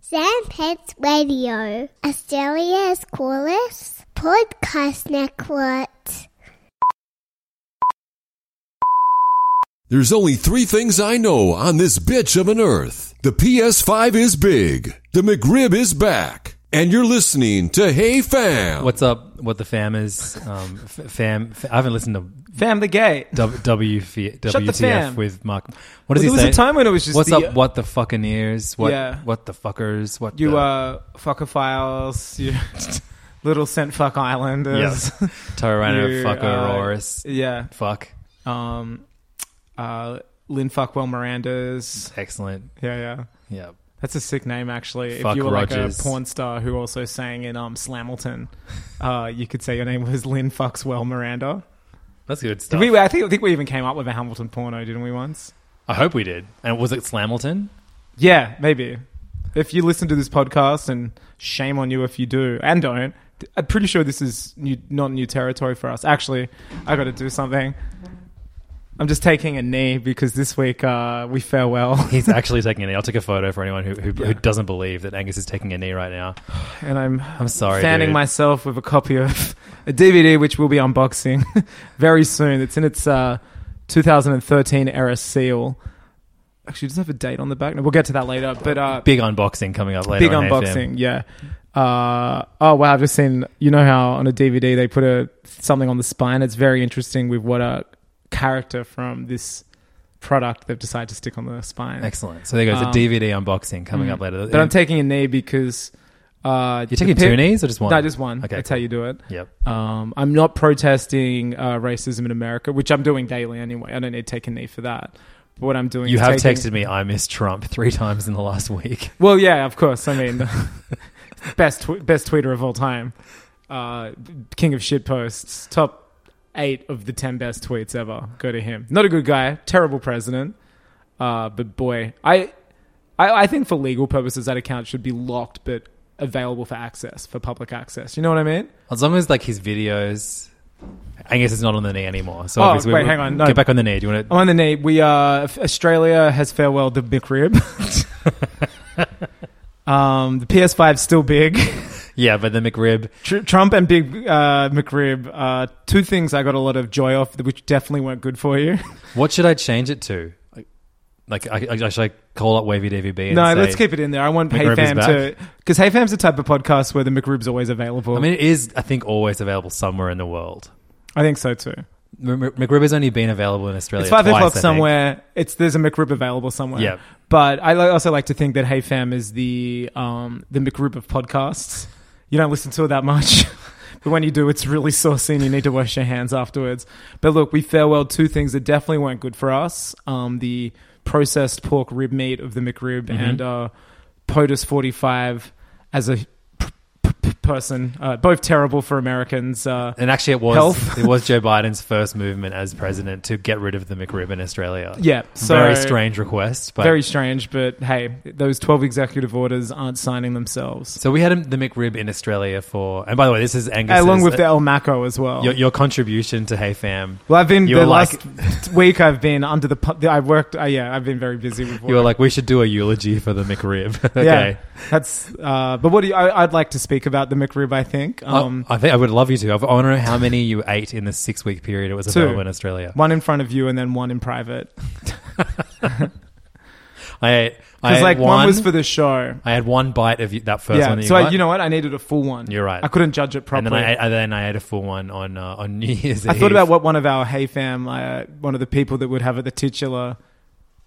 Sam Pets Radio, Australia's coolest podcast network. There's only three things I know on this bitch of an earth. The PS5 is big. The McRib is back. And you're listening to Hey Fam. What's up? What the fam is? Um, f- fam, f- I haven't listened to Fam the gate. w- WF- Shut the WTF fam. with Mark. What does Well, he there say? was a time when it was just What's the- up? What the fucking ears? What? Yeah. What the fuckers? What You the, uh, fucker files. You little sent fuck islanders. Yes. Tyranno You, fuckeroris. uh, yeah. fuck. Um. Uh. Lynn Fuckwell Miranda's. Excellent. Yeah, yeah. Yeah. That's a sick name, actually. Fuck if you were Rogers. like a porn star who also sang in um Slamilton, uh, you could say your name was Lynn Fuckswell Miranda. That's good Did stuff. we? I think I think we even came up with a Hamilton porno, didn't we once? I hope we did. And was it Slamilton? Yeah, maybe. If you listen to this podcast, and shame on you if you do and don't, th- I'm pretty sure this is new, not new territory for us. Actually, I got to do something. I'm just taking a knee because this week uh, we farewell, He's actually taking a knee. I'll take a photo for anyone who who, who doesn't believe that Angus is taking a knee right now. and I'm I'm sorry. fanning dude. myself with a copy of a DVD which we'll be unboxing very soon. It's in its uh, 2013 era seal. Actually, it doesn't have a date on the back. No, we'll get to that later. But uh, big unboxing coming up later. big on unboxing. Yeah. Uh, oh wow! I've just seen. You know how on a DVD they put a something on the spine. It's very interesting with what a character from this product they've decided to stick on the spine. AFM. Excellent. So there goes a Um, mm. DVD unboxing coming up later. But I'm taking a knee because uh, You're taking the two pi- knees or just one? No, just one. Okay, That's cool. how you do it. Yep. Um, I'm not protesting uh, racism in America, which I'm doing daily anyway. I don't need to take a knee for that. But what I'm doing, You is have taking- texted me, I miss Trump, three times in the last week. Well, yeah, of course. I mean, best tw- best tweeter of all time, uh, king of shit posts, top eight of the ten best tweets ever. Go to him. Not a good guy, terrible president. Uh, but boy, I, I I think for legal purposes that account should be locked, but available for access for public access. You know what I mean? As long as like his videos, I guess it's not on the knee anymore. So Oh, obviously wait, we, hang on, no. Oh. get back on the knee. Do you want I'm to? on the knee. We uh, Australia has farewelled the McRib. um, the PS5's still big. Yeah, but the McRib. Tr- Trump and Big uh, McRib, uh, two things I got a lot of joy off, which definitely weren't good for you. What should I change it to? Like, I, I, should I call up Wavy DVB? And no, say- let's keep it in there. I want McRib is HeyFam back. to. Because HeyFam's the type of podcast where the McRib's always available. I mean, it is. I think always available somewhere in the world. I think so too. M- M- McRib has only been available in Australia. It's five twice, I o'clock think. somewhere. It's There's a McRib available somewhere. Yep. But I li- also like to think that HeyFam is the, um, the McRib of podcasts. You don't listen to it that much. But when you do, it's really saucy and you need to wash your hands afterwards. But look, we farewelled two things that definitely weren't good for us um, the processed pork rib meat of the McRib Mm-hmm. and uh, POTUS 45 as a p- p- p- person. Uh, both terrible for Americans. Uh, And actually, it was Health. it was Joe Biden's first movement as president to get rid of the McRib in Australia. yeah. So very strange request. But very strange, but hey, those 12 executive orders aren't signing themselves. so we had the McRib in Australia for. And by the way, this is Angus. Along with the El Maco as well. your, your contribution to Hey Fam. well, I've been you the were like- last week. I've been under the. pu- I've worked. Uh, yeah, I've been very busy with work. You were like, we should do a eulogy for the McRib. okay. Yeah, that's. Uh, but what do you, I, I'd like to speak about the McRib. I think um, I, I think I would love you to. I've- I want to know how many you ate in the six week period it was Two. available in Australia. one in front of you and then one in private. I ate. I Because ate like one, one was for the show. I had one bite of you- that first yeah. one. That so you, I, got, you know what? I needed a full one. You're right. I couldn't judge it and properly. then I, ate- and then I ate a full one on uh, on New Year's. I Eve. thought about what one of our Hey Fam, uh, one of the people that would have at the titular,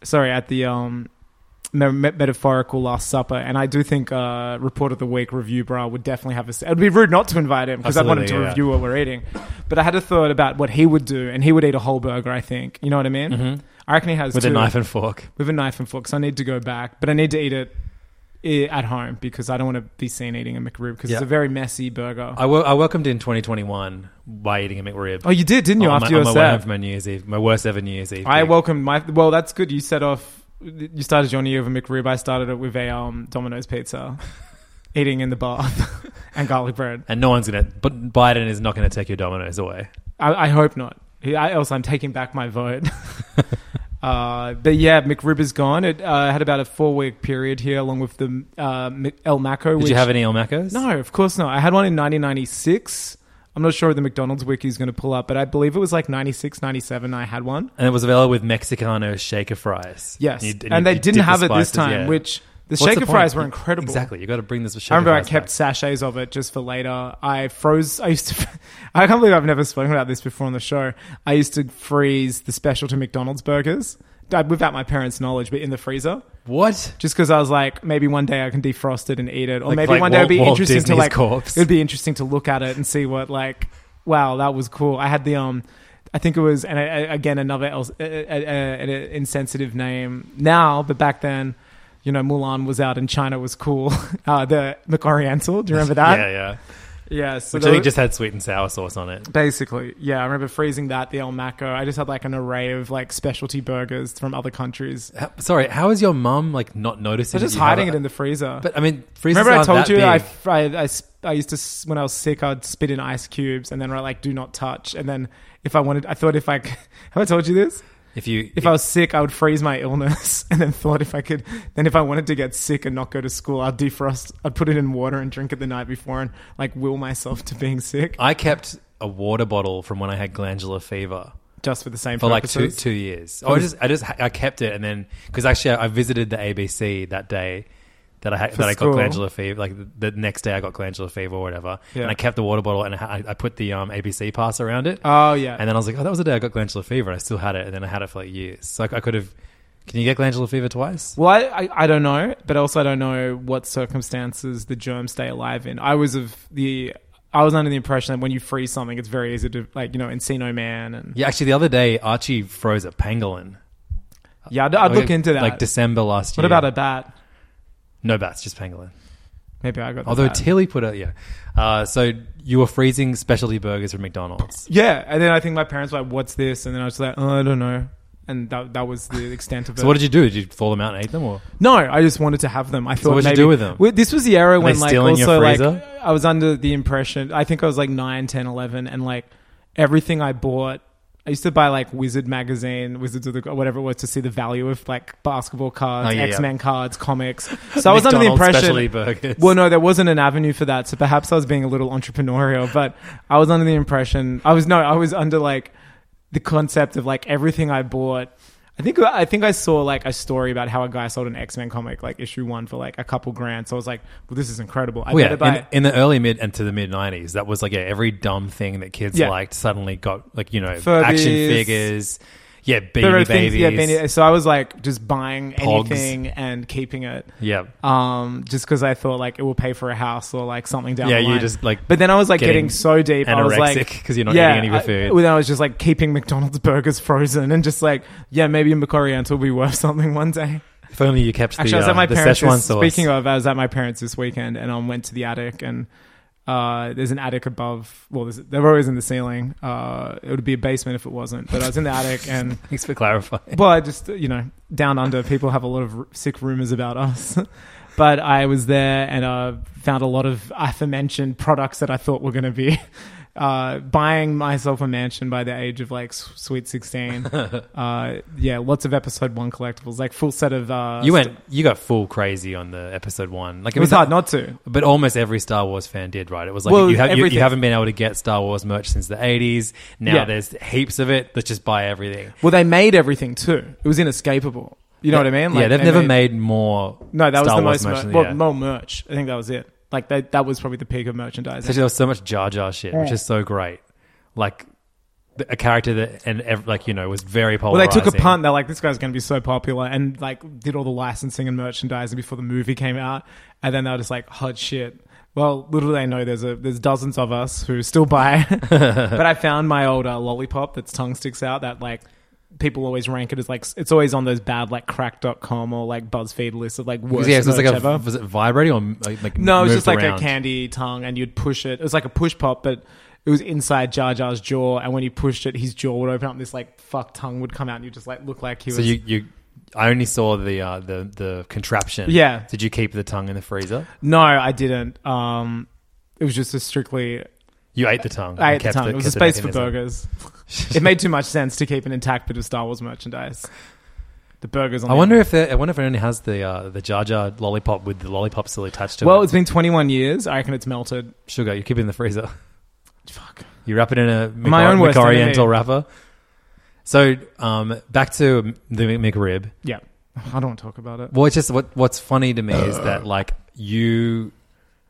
sorry, at the um, me- me- metaphorical Last Supper, and I do think uh, Report of the Week review bra would definitely have a. s- It would be rude not to invite him because I want him to Absolutely, yeah. review what we're eating. But I had a thought about what he would do, and he would eat a whole burger. I think you know what I mean. Mm-hmm. I reckon he has with two, a knife and fork. with a knife and fork. So I need to go back, but I need to eat it. i- At home because I don't want to be seen eating a McRib because Yeah. it's a very messy burger. I, wel- I welcomed in 2021 by eating a McRib. oh, you did, didn't you? on after my, your on my way set, home from my New Year's Eve, my worst ever New Year's Eve. I gig. welcomed my. Well, that's good. You set off. You started your new with a McRib. I started it with a um, Domino's pizza, eating in the bath and garlic bread. and no one's gonna. But Biden is not gonna take your Dominoes away. I, I hope not. He- I, else, I'm taking back my vote. uh, but yeah, McRib is gone. It uh, had about a four week period here, along with the uh, Mi- El Maco. Did which, you have any El Macos? No, of course not. I had one in 1996. I'm not sure what the McDonald's wiki is going to pull up, but I believe it was like 96, 97. I had one. And it was available with Mexicano shaker fries. Yes, you- and, you- they you didn't dip the have it this spices, time, yeah. which the What's shaker point? fries were You- incredible. Exactly, you got to bring this. Shaker I remember I fries kept back. sachets of it just for later. I froze. I used to. I can't believe I've never spoken about this before on the show. I used to freeze the specialty McDonald's burgers uh, without my parents' knowledge, but in the freezer, what? just because I was like, maybe one day I can defrost it and eat it, or Like- maybe like one day it'd be Walt- Walt interesting to Disney's like. corpse. It'd be interesting to look at it and see what like. Wow, that was cool. I had the um. I think it was, and I, I- again another else, uh, uh, uh, an insensitive name now, but back then, you know, Mulan was out and China was cool. Uh, the McOriental, do you remember that? yeah, yeah. yeah. So Which there I think was- just had sweet and sour sauce on it. basically, yeah. I remember freezing that the El Maco. I just had like an array of like specialty burgers from other countries. How- sorry, how is your mum like not noticing? They're that just you have hiding it in the freezer. But I mean, freezers Remember, I aren't told that you big. I, I, I, sp- I used to, s- when I was sick, I'd spit in ice cubes and then write like, do not touch. And then if I wanted, I thought if I, c- have I told you this? if you If I was sick, I would freeze my illness and then thought if I could, then if I wanted to get sick and not go to school, I'd defrost, I'd put it in water and drink it the night before and like will myself to being sick I kept a water bottle from when I had glandular fever just for the same for like two purposes. two years. Oh, I just I just I kept it and then because actually I, I visited the ABC that day that I had, that I got school. glandular fever. Like the, the next day I got glandular fever or whatever, Yeah. and I kept the water bottle and I, ha- I put the um, ABC pass around it. Oh, yeah. And then I was like, oh, that was the day I got glandular fever. and I still had it, and then I had it for like years. So I, I could have. Can you get glandular fever twice? Well, I, I, I don't know, but also I don't know what circumstances the germs stay alive in. I was of the I was under the impression that when you freeze something, it's very easy to like you know Encino Man and Yeah, actually, the other day Archie froze a pangolin. yeah, I'd, I'd look Like- into that. Like December last what year. about a bat? no bats, just pangolin. Maybe I got the Although bat. Tilly put it, yeah. Uh, so you were freezing specialty burgers from McDonald's. yeah, and then I think my parents were like, "What's this?" And then I was like, oh, "I don't know," and that that was the extent of it. So what did you do? Did you thaw them out and eat them, or No, I just wanted to have them. I thought. what'd you maybe, do with them? Well, this was the era when, they like, still in your also, like, freezer? I was under the impression. I think I was like 9, 10, 11, and like everything I bought. I used to buy like Wizard magazine, Wizards of the or whatever it was, to see the value of like basketball cards, Oh, yeah, X Men yeah. cards, comics. So I was under the McDonald's impression. specialty burgers? Well, no, there wasn't an avenue for that. So perhaps I was being a little entrepreneurial, but I was under the impression I was no, I was under like the concept of like everything I bought. I think I think I saw like a story about how a guy sold an X Men comic, like issue one, for like a couple grand. So I was like, "Well, this is incredible. I Well, better Oh, yeah, buy." in, in the early mid and to the mid '90s, that was like yeah, every dumb thing that kids Yeah. liked suddenly got like you know Furbies. action figures, yeah, There beanie are things- babies, yeah, Beanie- so I was like just buying Pogs. anything and keeping it. yeah. um, just because I thought like it will pay for a house or like something down. Yeah, the you line. just, like, But then I was like getting, getting so deep, I was like, anorexic 'cause you're not yeah, eating any of your food. I, well, then I was just like keeping McDonald's burgers frozen and just like, yeah, maybe McOriental will be worth something one day. If only you kept Actually, the, I was uh, at my the parents. Szechuan This, sauce. speaking of, I was at my parents this weekend and um, went to the attic and uh, there's an attic above. Well, there's, they're always in the ceiling. Uh, it would be a basement if it wasn't, but I was in the attic and. thanks for clarifying. Well, I just, you know, down under, people have a lot of r- sick rumors about us. but I was there and uh, found a lot of aforementioned products that I thought were going to be uh, buying myself a mansion by the age of like s- sweet 16. uh, yeah, lots of episode one collectibles, like full set of. Uh, You st- went, you got full crazy on the episode one. Like it was hard not to. But almost every Star Wars fan did, right? It was like Well, you, have, you, everything. you haven't been able to get Star Wars merch since the 80s. Now Yeah. there's heaps of it. Let's just buy everything. Well, they made everything too. It was inescapable. You know what I mean? yeah, Like, they've they never made, more. No, that was Star the Wars most mer- merch than- well, yeah. more merch. I think that was it. Like they, that was probably the peak of merchandising. Especially there was so much Jar Jar shit, which is so great. Like th- a character that and ev- like you know was very well, popular. they took a punt. They're like, this guy's going to be so popular, and like did all the licensing and merchandising before the movie came out, and then they were just like, hot shit. Well, little do they know there's a there's dozens of us who still buy. but I found my old uh, lollipop that's tongue sticks out that like people always rank it as like it's always on those bad like crack.com or like BuzzFeed lists of like worst. Yeah, it was like merch a, ever. was it vibrating or like, like No, it was moved just like around? a candy tongue, and you'd push it. It was like a push pop, but it was inside Jar Jar's jaw, and when you pushed it, his jaw would open up, and this like fuck tongue would come out, and you just like look like he So was. you you. I only saw the uh, the the contraption. Yeah. Did you keep the tongue in the freezer? no, I didn't. Um, it was just a strictly. You ate the tongue. I and ate the kept tongue. it was a kept space for mechanism. burgers. it made too much sense to keep an intact bit of Star Wars merchandise. The burgers. On I the wonder if they- I wonder if it only has the uh, the Jar Jar lollipop with the lollipop still attached to Well, it. it's been 21 years. I reckon it's melted. sugar. You keep it in the freezer. Fuck. You wrap it in a Mac- My own worst Oriental enemy. wrapper. So um, back to the McRib. Yeah, I don't want to talk about it. Well, it's just what what's funny to me is that like you,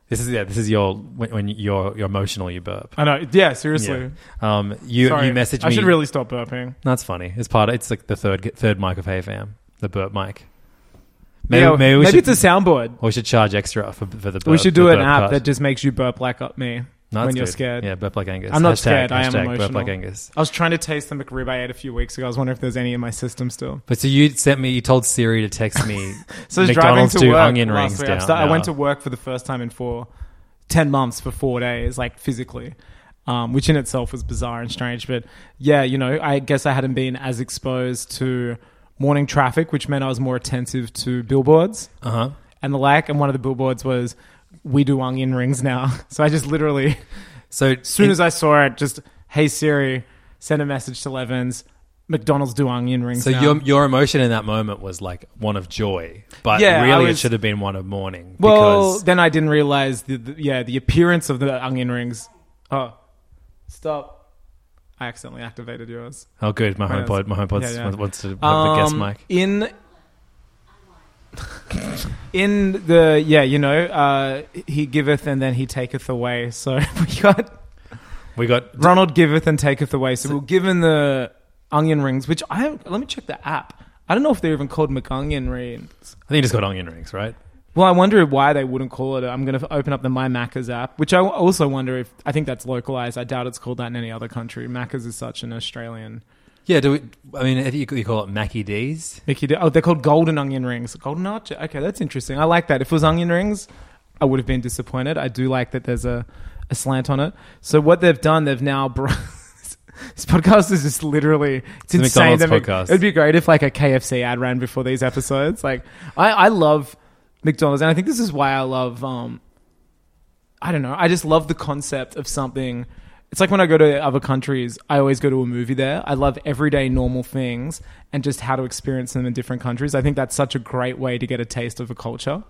this is yeah, this is your when, when you're you're emotional, you burp. I know. Yeah, seriously. Yeah. Um, you Sorry. you message me. I should really stop burping. That's funny. It's part. Of, it's like the third third mic of AFM, the burp mic. Maybe Yeah, maybe we should it's a soundboard. or we should charge extra for for the burp. we should the do an burp app cut. that just makes you burp like up me No, when that's you're good. scared. Yeah, burp like Angus. I'm not Hashtag- scared. I am hashtag emotional. Burp like Angus. I was trying to taste the McRib I ate a few weeks ago. I was wondering if there's any in my system still. But so you sent me. You told Siri to text me. So I was McDonald's driving to two work onion last rings week. I down. sta- I went to now. work for the first time in four, 10 months for four days, like physically, um, which in itself was bizarre and strange. But yeah, you know, I guess I hadn't been as exposed to morning traffic, which meant I was more attentive to billboards. Uh-huh. and the like. And one of the billboards was, "We do onion rings now." So I just literally, So as soon as I saw it, just, "Hey Siri, send a message to Levens. McDonald's do onion rings." So now." your your emotion in that moment was like one of joy, but Yeah, I really it was- should have been one of mourning. well, because then I didn't realize the, the yeah the appearance of the onion rings. Oh, stop! I accidentally activated yours. oh good, my Right, HomePod, my HomePod yeah, yeah. wants- wants to have the guest Um, mic. in. In the yeah, you know, uh, he giveth and then he taketh away. So we got We got Ronald giveth and taketh away. So, we're given the onion rings, which I have, let me check the app. I don't know if they're even called McOnion rings. I think it's got onion rings, right? Well, I wonder why they wouldn't call it. I'm going to open up the My Macca's app, which I also wonder if I think that's localized. I doubt it's called that in any other country. Macca's is such an Australian. Yeah. Do we? I mean, I think you call it Mackie D's. Mickey, D- oh, they're called golden onion rings. Golden arch. Okay, that's interesting. I like that. If it was onion rings, I would have been disappointed. I do like that there's a, a slant on it. So what they've done, they've now brought. This podcast is just literally It's it's a insane. McDonald's that Mc- podcast. It'd be great if like a KFC ad ran before these episodes. Like I, I love McDonald's, and I think this is why I love um, I don't know. I just love the concept of something. It's like when I go to other countries, I always go to a movie there. I love everyday normal things and just how to experience them in different countries. I think that's such a great way to get a taste of a culture.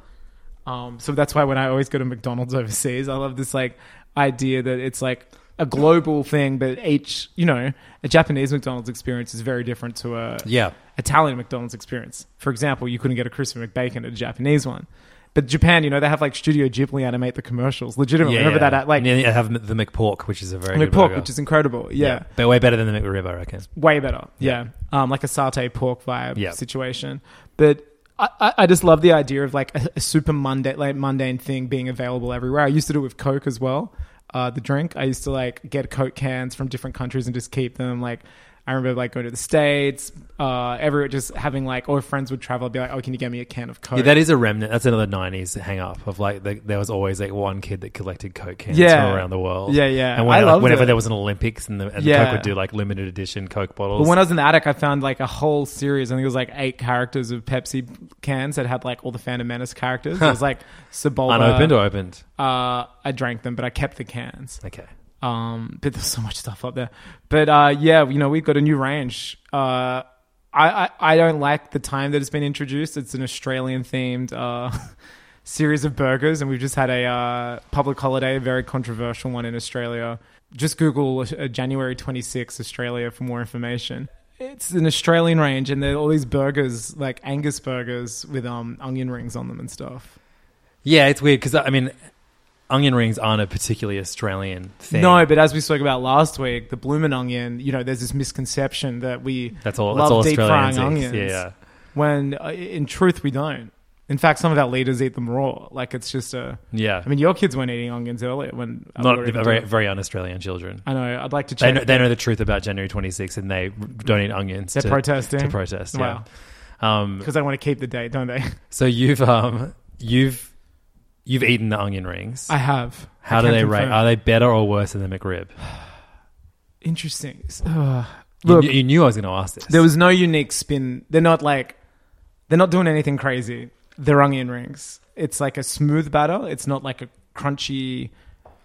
Um, so that's why when I always go to McDonald's overseas, I love this like idea that it's like a global thing, but each, you know, a Japanese McDonald's experience is very different to a Yeah. Italian McDonald's experience. For example, you couldn't get a crispy McBacon at a Japanese one. But Japan, you know, they have like Studio Ghibli animate the commercials. Legitimately, Yeah, remember yeah. that? Like and then you have the McPork, which is a very good McPork, burger. which is incredible. Yeah, but way better than the McRib, I reckon. way better. Yeah, Um, like a satay pork vibe Yeah. situation. But I, I, I just love the idea of like a, a super mundane, like mundane thing being available everywhere. I used to do it with Coke as well. Uh, the drink I used to like get Coke cans from different countries and just keep them. Like I remember like going to the states, uh, everywhere, just having like or friends would travel. I'd be like, oh, can you get me a can of Coke? Yeah, that is a remnant. That's another '90s hang up of like the, there was always like one kid that collected Coke cans Yeah. from around the world. Yeah, yeah. And I when, like, loved whenever it. there was an Olympics, and the and Yeah. Coke would do like limited edition Coke bottles. But when I was in the attic, I found like a whole series. I think it was like eight characters of Pepsi cans that had like all the Phantom Menace characters. It was like Sebulba. unopened or opened? Uh, I drank them, but I kept the cans. Okay. Um, but there's so much stuff up there. But uh, yeah, you know, we've got a new range. Uh, I, I I don't like the time that it's been introduced. It's an Australian themed uh, series of burgers, and we've just had a uh, public holiday, a very controversial one in Australia. Just Google uh, January 26 Australia for more information. it's an Australian range, and there are all these burgers, like Angus burgers with um onion rings on them and stuff. Yeah, it's weird because I mean, onion rings aren't a particularly Australian thing. No, but as we spoke about last week, the bloomin' onion, you know, there's this misconception that we that's all. love That's all deep Australian frying things. onions. Yeah, yeah. When uh, in truth we don't. In fact, some of our leaders eat them raw. Like it's just a. yeah. I mean, your kids weren't eating onions earlier when we not were even very, doing- very un-Australian children. I know. I'd like to They check. know, they know the truth about January 26th and they don't eat onions. They're to, protesting. to protest. Yeah. Wow. Um, because they want to keep the date, don't they? so you've um, you've you've eaten the onion rings. I have. How I do can they rate? confirm. Are they better or worse than the McRib? Interesting. Ugh. You Look, knew- you, knew I was going to ask this. there was no unique spin. They're not like, they're not doing anything crazy. They're onion rings. It's like a smooth batter. It's not like a crunchy,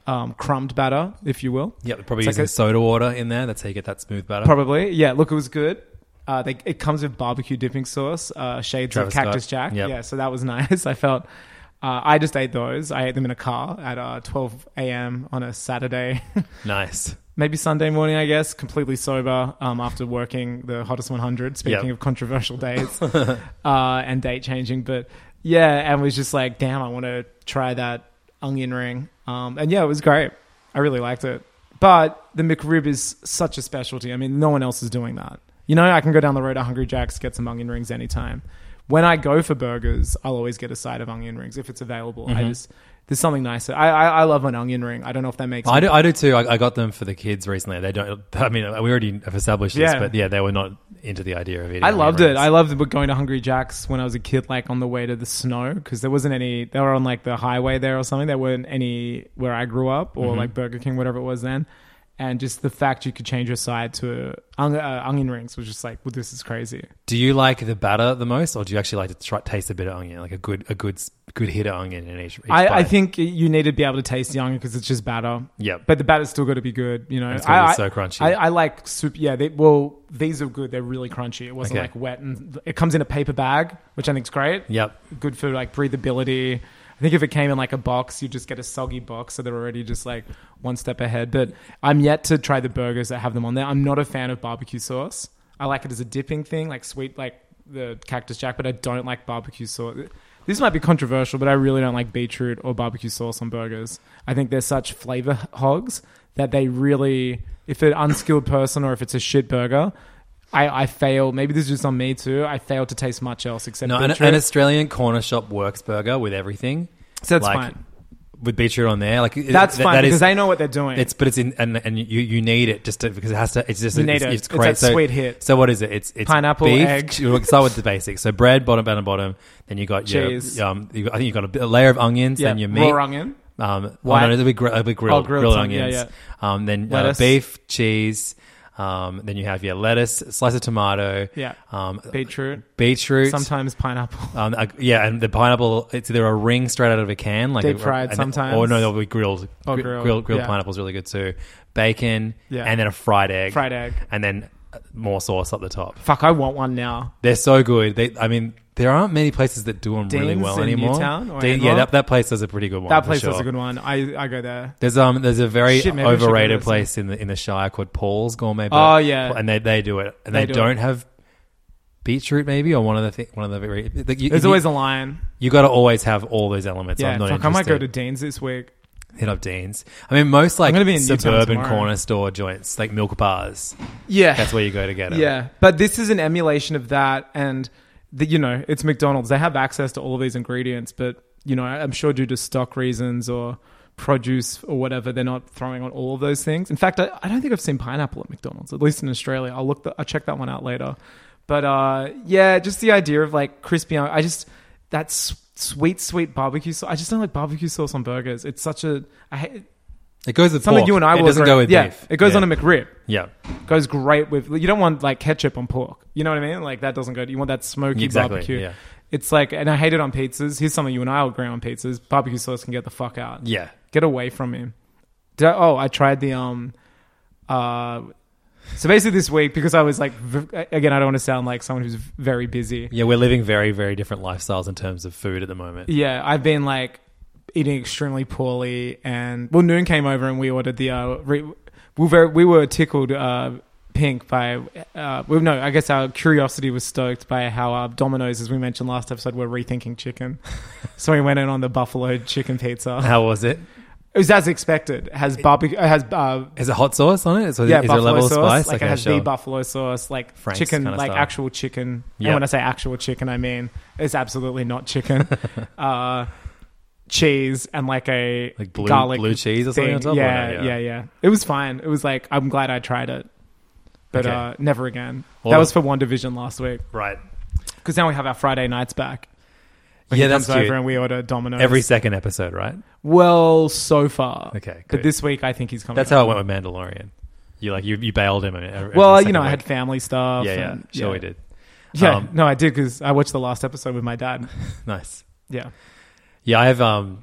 um, crumbed batter, if you will. yeah, they're probably It's like using a- soda water in there. That's how you get that smooth batter. Probably. Yeah. Look, it was good. Uh, they, it comes with barbecue dipping sauce, uh, shades Travis of Cactus Scott. Jack. Yep. Yeah. So that was nice. I felt, uh, I just ate those. I ate them in a car at uh, 12 a.m. on a Saturday, Nice. maybe Sunday morning, I guess, completely sober um, after working the hottest 100. Speaking Yep. of controversial days uh, and date changing. But yeah, and was just like, damn, I want to try that onion ring. Um, and yeah, it was great. I really liked it. But the McRib is such a specialty. I mean, no one else is doing that. You know, I can go down the road to Hungry Jack's, get some onion rings anytime. When I go for burgers, I'll always get a side of onion rings if it's available. I just, there's something nicer. I, I, I love an onion ring. I don't know if that makes I do, I do too. I, I got them for the kids recently. They don't. I mean, we already have established this, Yeah. but yeah, they were not into the idea of eating. I onion loved it. rings. I loved going to Hungry Jack's when I was a kid, like on the way to the snow, because there wasn't any. They were on like the highway there or something. There weren't any where I grew up Mm-hmm. or like Burger King, whatever it was then. And just the fact you could change your side to on, uh, onion rings was just like, well, this is crazy. Do you like the batter the most, or do you actually like to try, taste a bit of onion, like a good, a good, good hit of onion in each? each I, I bite? think you need to be able to taste the onion because it's just batter. Yep. But the batter's still got to be good. You know, it's gotta be I- so crunchy. I, I like soup. Yeah. They, well, these are good. They're really crunchy. It wasn't Okay. like wet, and it comes in a paper bag, which I think's great. Yep. good for like breathability. I think if it came in like a box, you just get a soggy box, so they're already just like one step ahead. But I'm yet to try the burgers that have them on there. I'm not a fan of barbecue sauce. I like it as a dipping thing, like sweet, like the cactus jack, but I don't like barbecue sauce. This might be controversial, but I really don't like beetroot or barbecue sauce on burgers. I think they're such flavor hogs that they really, if an unskilled person or if it's a shit burger, I, I fail. Maybe this is just on me too. I fail to taste much else except No, an, beetroot. an Australian corner shop works burger with everthing. So that's like, fine. With beetroot on there, like That's that- fine that is- because they know what they're doing. It's but it's in and and you you need it just to, because it has to. It's just You need it's, it. it's It's great. that sweet hit. So what is it? It's it's Pineapple, beef. egg. We'll start with the basics. So bread, bottom, bottom, bottom. Then you got your Cheese. um. You, I think you got a, bit- a layer of onions. yeah, Then your meat. raw onion. Um, White. oh no, it'll be, gri- it'll be grilled, Oh, grilled, grilled some, yeah, onions. Um, then uh, Lettuce. beef, cheese. Um, then you have your lettuce, slice of tomato. Yeah. Um, beetroot. beetroot. Sometimes pineapple. Um, uh, yeah, and the pineapple, it's either a ring straight out of a can, like Deep a- fried an- sometimes. or no, they'll be grilled. Oh, Gri- grilled, grilled, grilled yeah. pineapple's really good too. Bacon, Yeah. and then a fried egg, Fried egg. and then uh, more sauce up the top. Fuck, I want one now. They're so good. They, I mean, there aren't many places that do them really Dean's well in anymore. Newtown or Dean- yeah, Enloe? that, that place does a pretty good one. That for place sure. was a good one. I, I go there. There's um there's a very Shit, maybe I should go overrated to this. place in the in the Shire called Paul's Gourmet. Oh, yeah. and they, they do it, and they, They do do not it. have beetroot maybe or one of the thi- one of the very. Like you, There's you- always a lion. you got to always have all those elements. Yeah, I'm not fuck, I might go to interested. Dean's this week. hit up Dean's. I mean, most like gonna be in Newtown suburban tomorrow. corner store joints, like milk bars. Yeah, That's where you go to get it. Yeah, but this is an emulation of that, and the, you know, it's McDonald's. They have access to all of these ingredients, but you know, I'm sure due to stock reasons or produce or whatever, they're not throwing on all of those things. In fact, I, I don't think I've seen pineapple at McDonald's, at least in Australia. I'll look, the, I'll check that one out later. But uh, yeah, just the idea of like crispy. I just that s- sweet, sweet barbecue sauce. I just don't like barbecue sauce on burgers. It's such a I hate, it goes with something pork. you and I It will doesn't agree- go with yeah, beef. It goes yeah. on a McRib yeah. goes great with you don't want like ketchup on pork. You know what I mean? Like that doesn't go. You want that smoky Exactly, barbecue. yeah. It's like, and I hate it on pizzas. Here's something you and I will agree on pizzas: barbecue sauce can get the fuck out. Yeah. Get away from me. Did I- oh, I tried the um, uh, so basically this week because I was like, v- again, I don't want to sound like someone who's very busy. Yeah, we're living very, very different lifestyles in terms of food at the moment. Yeah, I've been like eating extremely poorly, and well, Noon came over and we ordered the uh, re- we were very, we were tickled uh, pink by, uh, well, no, I guess our curiosity was stoked by how uh, Domino's, as we mentioned last episode, were rethinking chicken. so we went in on the buffalo chicken pizza. How was it? It was as expected. It has barbecue, it has uh, Is it hot sauce on it? Is, yeah, is there a buffalo level sauce. of spice? Like Okay, it has sure. the buffalo sauce, like Frank's chicken, kinda like style. actual chicken. Yeah. And when I say actual chicken, I mean it's absolutely not chicken. uh, cheese and like a Like blue- garlic blue cheese or something thing. on top of Yeah, it, yeah. yeah, yeah, It was fine. It was like I'm glad I tried it, but Okay. uh, never again. Well, that was for One Division last week Right. because now we have our Friday nights back. When Yeah, he that's comes cute. over and Oh we order Domino's Every second episode, right? well so far. Okay, but good. this week I think he's coming. That's over. how it went with Mandalorian. You like you, you bailed him. Every, every Well, you second know, I week. had family stuff. yeah, yeah, and- sure we did. Yeah, Um, no, I did because I watched the last episode with my dad. Nice. Yeah, Yeah, I've um,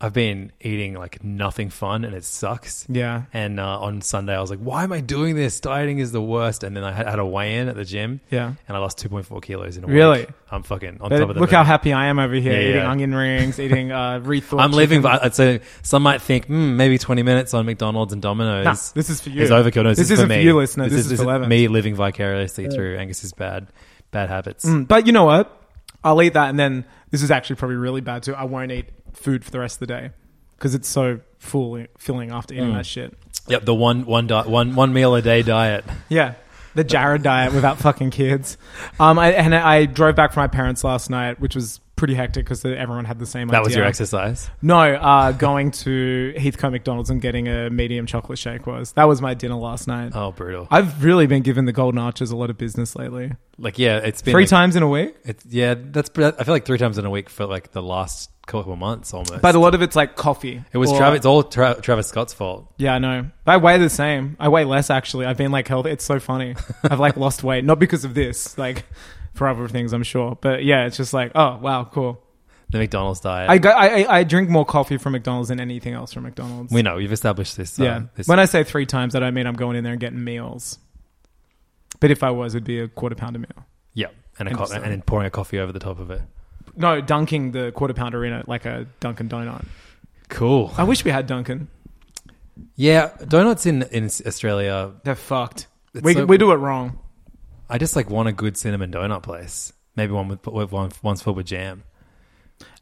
I've been eating like nothing fun, and it sucks. yeah. And uh, on Sunday, I was like, "Why am I doing this? Dieting is the worst." And then I had, had a weigh-in at the gym. Yeah. and I lost two point four kilos in a Really? week. I'm fucking on But top of the look how moon. happy I am over here, Yeah, yeah. eating onion rings, eating uh, rethought. I'm leaving. chicken. But I'd say some might think hmm, maybe 20 minutes on McDonald's and Domino's. Nah, this is for you. It's overkill. No, this, This is isn't for me. for you, listener. This is for Levin. me living vicariously through Angus's bad, bad habits. Mm, But you know what? I'll eat that, and then this is actually probably really bad too. I won't eat food for the rest of the day because it's so full filling after eating Mm. that shit. Yep, the one one di- one one meal a day diet. Yeah. The Jared diet without fucking kids. Um, I, and I drove back from my parents last night, which was pretty hectic because everyone had the same That idea. was your exercise. No, uh, going to Heathcote McDonald's and getting a medium chocolate shake was. That was my dinner last night. Oh, brutal. I've really been giving the Golden Arches a lot of business lately. Like yeah, it's been Three like- times in a week. It's, yeah, that's. pre- I feel like three times in a week for like the last couple of months almost. But a lot of it's like coffee. it was or- Travis. It's all Tra- Travis Scott's fault. Yeah, I know. But I weigh the same. I weigh less actually. I've been like healthy. It's so funny. I've like lost weight, not because of this, like for other things, I'm sure. But yeah, it's just like, oh wow, cool. The McDonald's diet. I, go, I I- I drink more coffee from McDonald's than anything else from McDonald's. we know you've established this. uh, yeah. this- When I say three times, I don't mean I'm going in there and getting meals. But if I was, it'd be a quarter pounder meal. yeah, and a co- Understand. and then pouring a coffee over the top of it. No, dunking the quarter pounder in it like a Dunkin' Donut. Cool. I wish we had Dunkin'. Yeah, donuts in in Australia. They're fucked. It's We, so- we do it wrong. I just like want a good cinnamon donut place. Maybe one with, with one one's filled with jam.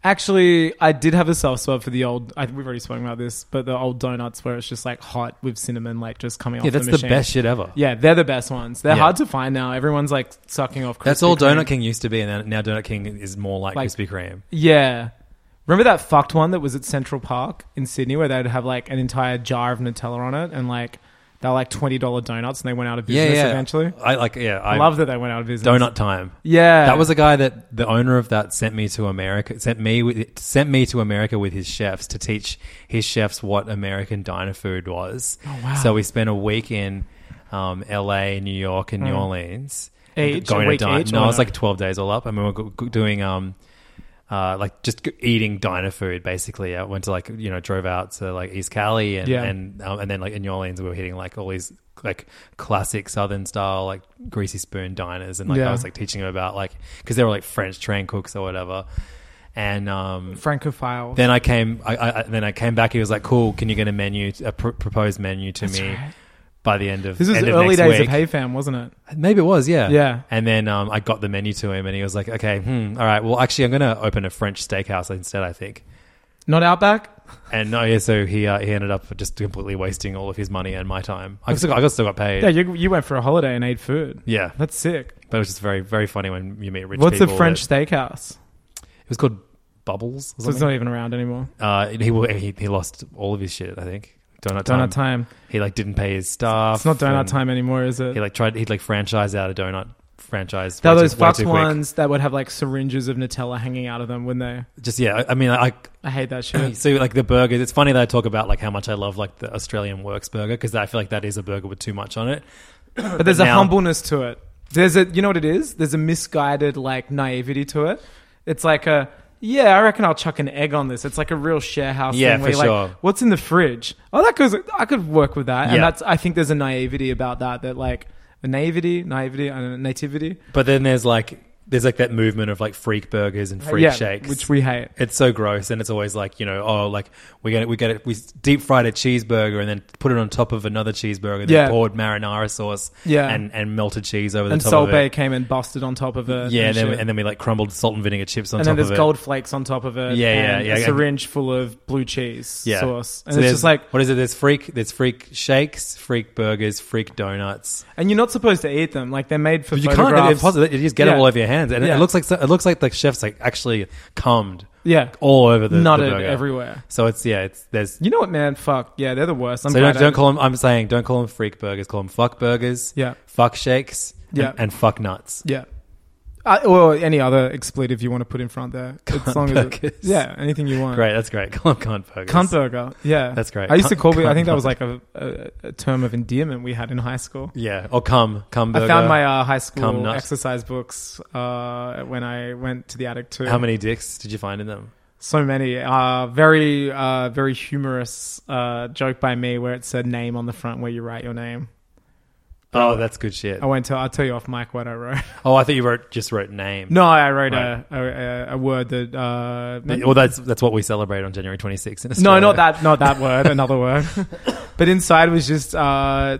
Actually, I did have a soft spot for the old. I, we've already spoken about this, but the old donuts where it's just like hot with cinnamon, like just coming off. Yeah, that's the, the, machine. best shit ever. Yeah, they're the best ones. They're Yeah. hard to find now. Everyone's like sucking off. Krispy that's all Kreme. Donut King used to be, and then- now Donut King is more like, Like- Krispy Kreme. Yeah. Remember that fucked one that was at Central Park in Sydney where they'd have like an entire jar of Nutella on it and like they're like twenty dollar donuts and they went out of business eventually. I like. Yeah, I, I love love that they went out of business. Donut Time. Yeah. That was a guy that the owner of that sent me to America. Sent me with, sent me to America with his chefs to teach his chefs what American diner food was. Oh wow. So we spent a week in um, L.A., New York, and New Orleans. Mm. Each? A week dine- each No, or it was no? like twelve days all up. I mean, we were go- go- doing um, uh, like just g- eating diner food basically. I went to like you know drove out to like East Cali and Yeah. and um, and then like in New Orleans we were hitting like all these like classic Southern style like greasy spoon diners and like I Yeah. was like teaching them about like because they were like French train cooks or whatever. And um, Francophile. then I came, I, I, I- then I came back. He was like, "Cool, can you get a menu, a pr- proposed menu to me by the end of this was end the of early next days week?" of Hey Fam, wasn't it? Maybe it was, yeah. Yeah. And then um, I got the menu to him, and he was like, "Okay, hmm, all right. Well, actually, I'm going to open a French steakhouse instead, I think." Not Outback? And no, yeah. So he uh, he ended up just completely wasting all of his money and my time. I still got, I got still got paid. Yeah, you, you went for a holiday and ate food. Yeah. That's sick. but it was just very very funny when you meet rich. What's the people French that- steakhouse? it was called Bubbles. Or So something. it's not even around anymore. uh, he, wa- he he lost all of his shit. I think donut time. Donut time. He like didn't pay his staff. It's not donut and time anymore, is He it? like tried. He like franchised out a donut franchise. They're way too- those way fucked too quick. ones that would have like syringes of Nutella hanging out of them, wouldn't they? Just yeah. I, I mean, I I hate that shit. So like the burgers, it's funny that I talk about like how much I love like the Australian works burger because I feel like that is a burger with too much on it. But there's But a now- humbleness to it. There's a, you know what it is? There's a misguided like naivety to it. It's like a, yeah, I reckon I'll chuck an egg on this. It's like a real share house Yeah, thing where for you're sure. like, what's in the fridge? Oh, that goes, I could work with that. Yeah. And that's, I think there's a naivety about that that like, a naivety, naivety, I don't know, nativity. But then there's like there's like that movement of like freak burgers and freak Uh, yeah, shakes, which we hate. It's so gross, and it's always like you know, oh, like we get it, we get it, we deep fried a cheeseburger and then put it on top of another cheeseburger, then Yeah. poured marinara sauce, Yeah. and and melted cheese over And the top Sol of it, Bay came and busted on top of it. yeah, and then, shit. and then we like crumbled salt and vinegar chips on And top then there's of it. gold flakes on top of it. Yeah, yeah, and yeah, A yeah. syringe full of blue cheese yeah. sauce, and So it's there's- just like, what is it? There's freak, there's freak shakes, freak burgers, freak donuts. and you're not supposed to eat them. Like they're made for But you can't. photographs. It's possible. You just get Yeah. it all over your hands, and Yeah. it looks like so- it looks like the chef's like actually cummed Yeah, all over the, the Nutted burger. everywhere. So it's yeah, it's there's. You know what, man? Fuck yeah, they're the worst. I'm so glad don't, I- don't call them. I'm saying don't call them freak burgers. Call them fuck burgers. Yeah. Fuck shakes. and- Yeah. And, fuck nuts. Yeah. Uh, or any other expletive you want to put in front there, as long as it, burgers. yeah, anything you want. Great. That's great. Call them cunt burgers. Cunt burger, yeah, That's great. I used to Cunt- call it. I cunt think that was like a, a, a term of endearment we had in high school. Yeah. Or cum. Cum burger. I found my uh, high school Cum nut. exercise books uh, when I went to the attic too. How many dicks did you find in them? So many. Uh, very, uh, very humorous uh, joke by me where it said name on the front where you write your name. Oh, that's good shit. Uh, I won't tell. I'll tell you off mic what I wrote. Oh, I thought you wrote just wrote name. no, I wrote Right. a, a, a- a word that. Uh, Well, that's that's what we celebrate on January 26th. In no, Australia. not that. Not that word. Another word. but inside was just uh,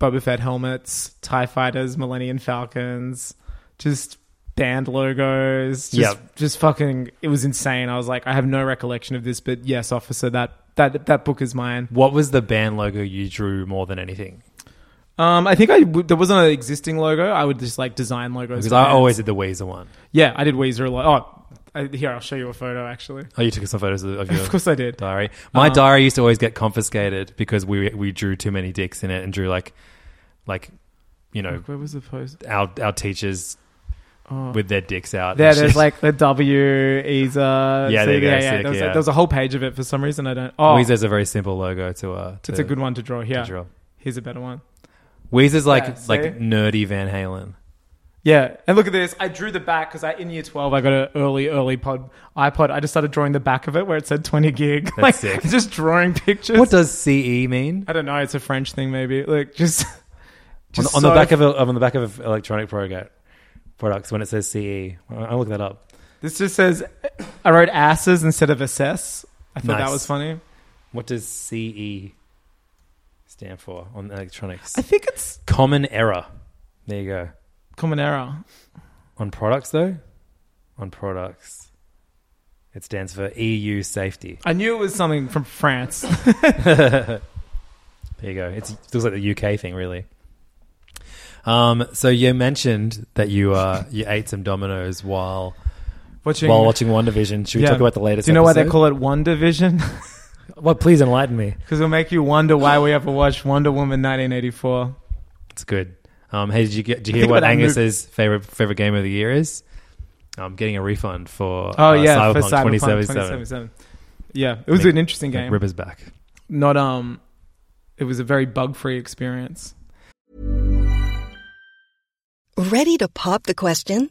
Boba Fett helmets, Tie Fighters, Millennium Falcons, just band logos. Just, Yep. Just fucking. It was insane. I was like, I have no recollection of this, but yes, officer, that that that book is mine. What was the band logo you drew more than anything? Um, I think I w- there wasn't an existing logo. I would just like design logos. Because for I bands. always did the Weezer one. yeah, I did Weezer a lot. Oh, I, here I'll show you a photo actually. Oh, you took some photos of, of your Of course Uh-huh. I did. diary. My diary used to always get confiscated because we we drew too many dicks in it and drew like like you know Where was the post? our our teachers with their dicks out. There, and Oh. there's shit. like the W, Ezer. Yeah, there you go, sick, There was, a, yeah. there was a whole page of it for some reason. I don't. Oh, Weezer's a very simple logo to uh. To, it's a good one to draw here. to draw. Here's a better one. Weezer's like Yeah, see? like nerdy Van Halen. Yeah, and look at this. I drew the back because I in year twelve I got an early early pod iPod. I just started drawing the back of it where it said twenty gig. That's like sick. just drawing pictures. What does CE mean? I don't know. It's a French thing, maybe. Like just, on, the, just on the so- back of a, on the back of electronic product products when it says CE. I'll I'll look that up. This just says I wrote asses instead of assess. I thought that Nice. was funny. What does CE stand for on electronics? I think it's Common error. There you go. common error. On products though, on products, it stands for EU safety. I knew it was something from France. There you go. It's, it looks like the UK thing, really. Um, so you mentioned that you uh, you ate some Dominoes while Watching, while watching One Division. Should we Yeah. talk about the latest? Do you know why they episode? call it One Division? Well, please enlighten me. Because it'll make you wonder why we ever watched Wonder Woman 1984. It's good. Um, hey, did you get? Did you I hear think what about that Angus's favorite favorite game of the year is? Um, getting a refund for Oh uh, yeah, Cyberpunk for Cyberpunk 2077. 2077. Yeah, it was Like- an interesting Like, game. Ripper's back. Not um, it was a very bug-free experience. Ready to pop the question?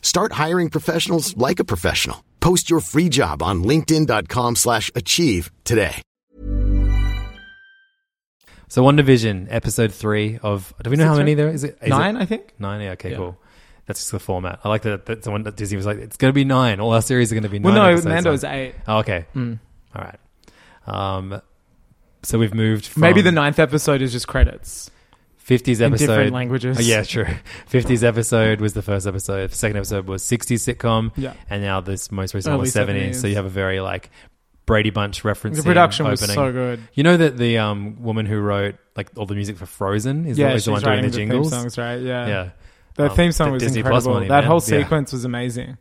Start hiring professionals like a professional. Post your free job on linkedin.com/achieve slash achieve today. So One Division, episode three of. Do we know Is it how many three? there is? It, is Nine, It, I think. nine. Yeah. Okay. Yeah. Cool. That's just the format. I like that. That someone that Disney was like, it's going to be nine. All our series are going to be nine. well, no, episodes Mando's long." eight. Mm. Oh, okay. All right. Um, so we've moved. From Maybe the ninth episode is just credits. 50s in episode different languages. Oh, yeah, true. 50s episode was the first episode. The second episode was 60s sitcom. Yeah. And now this most recent one Early was 70s. 70s. So you have a very like Brady Bunch reference. The production was opening. so good. You know that the um, woman who wrote like all the music for Frozen is yeah, always she's the one doing writing the theme jingles. songs, right? Yeah, Yeah. The Um, theme song the was Disney Plus incredible. money, that man. whole Yeah. sequence was amazing.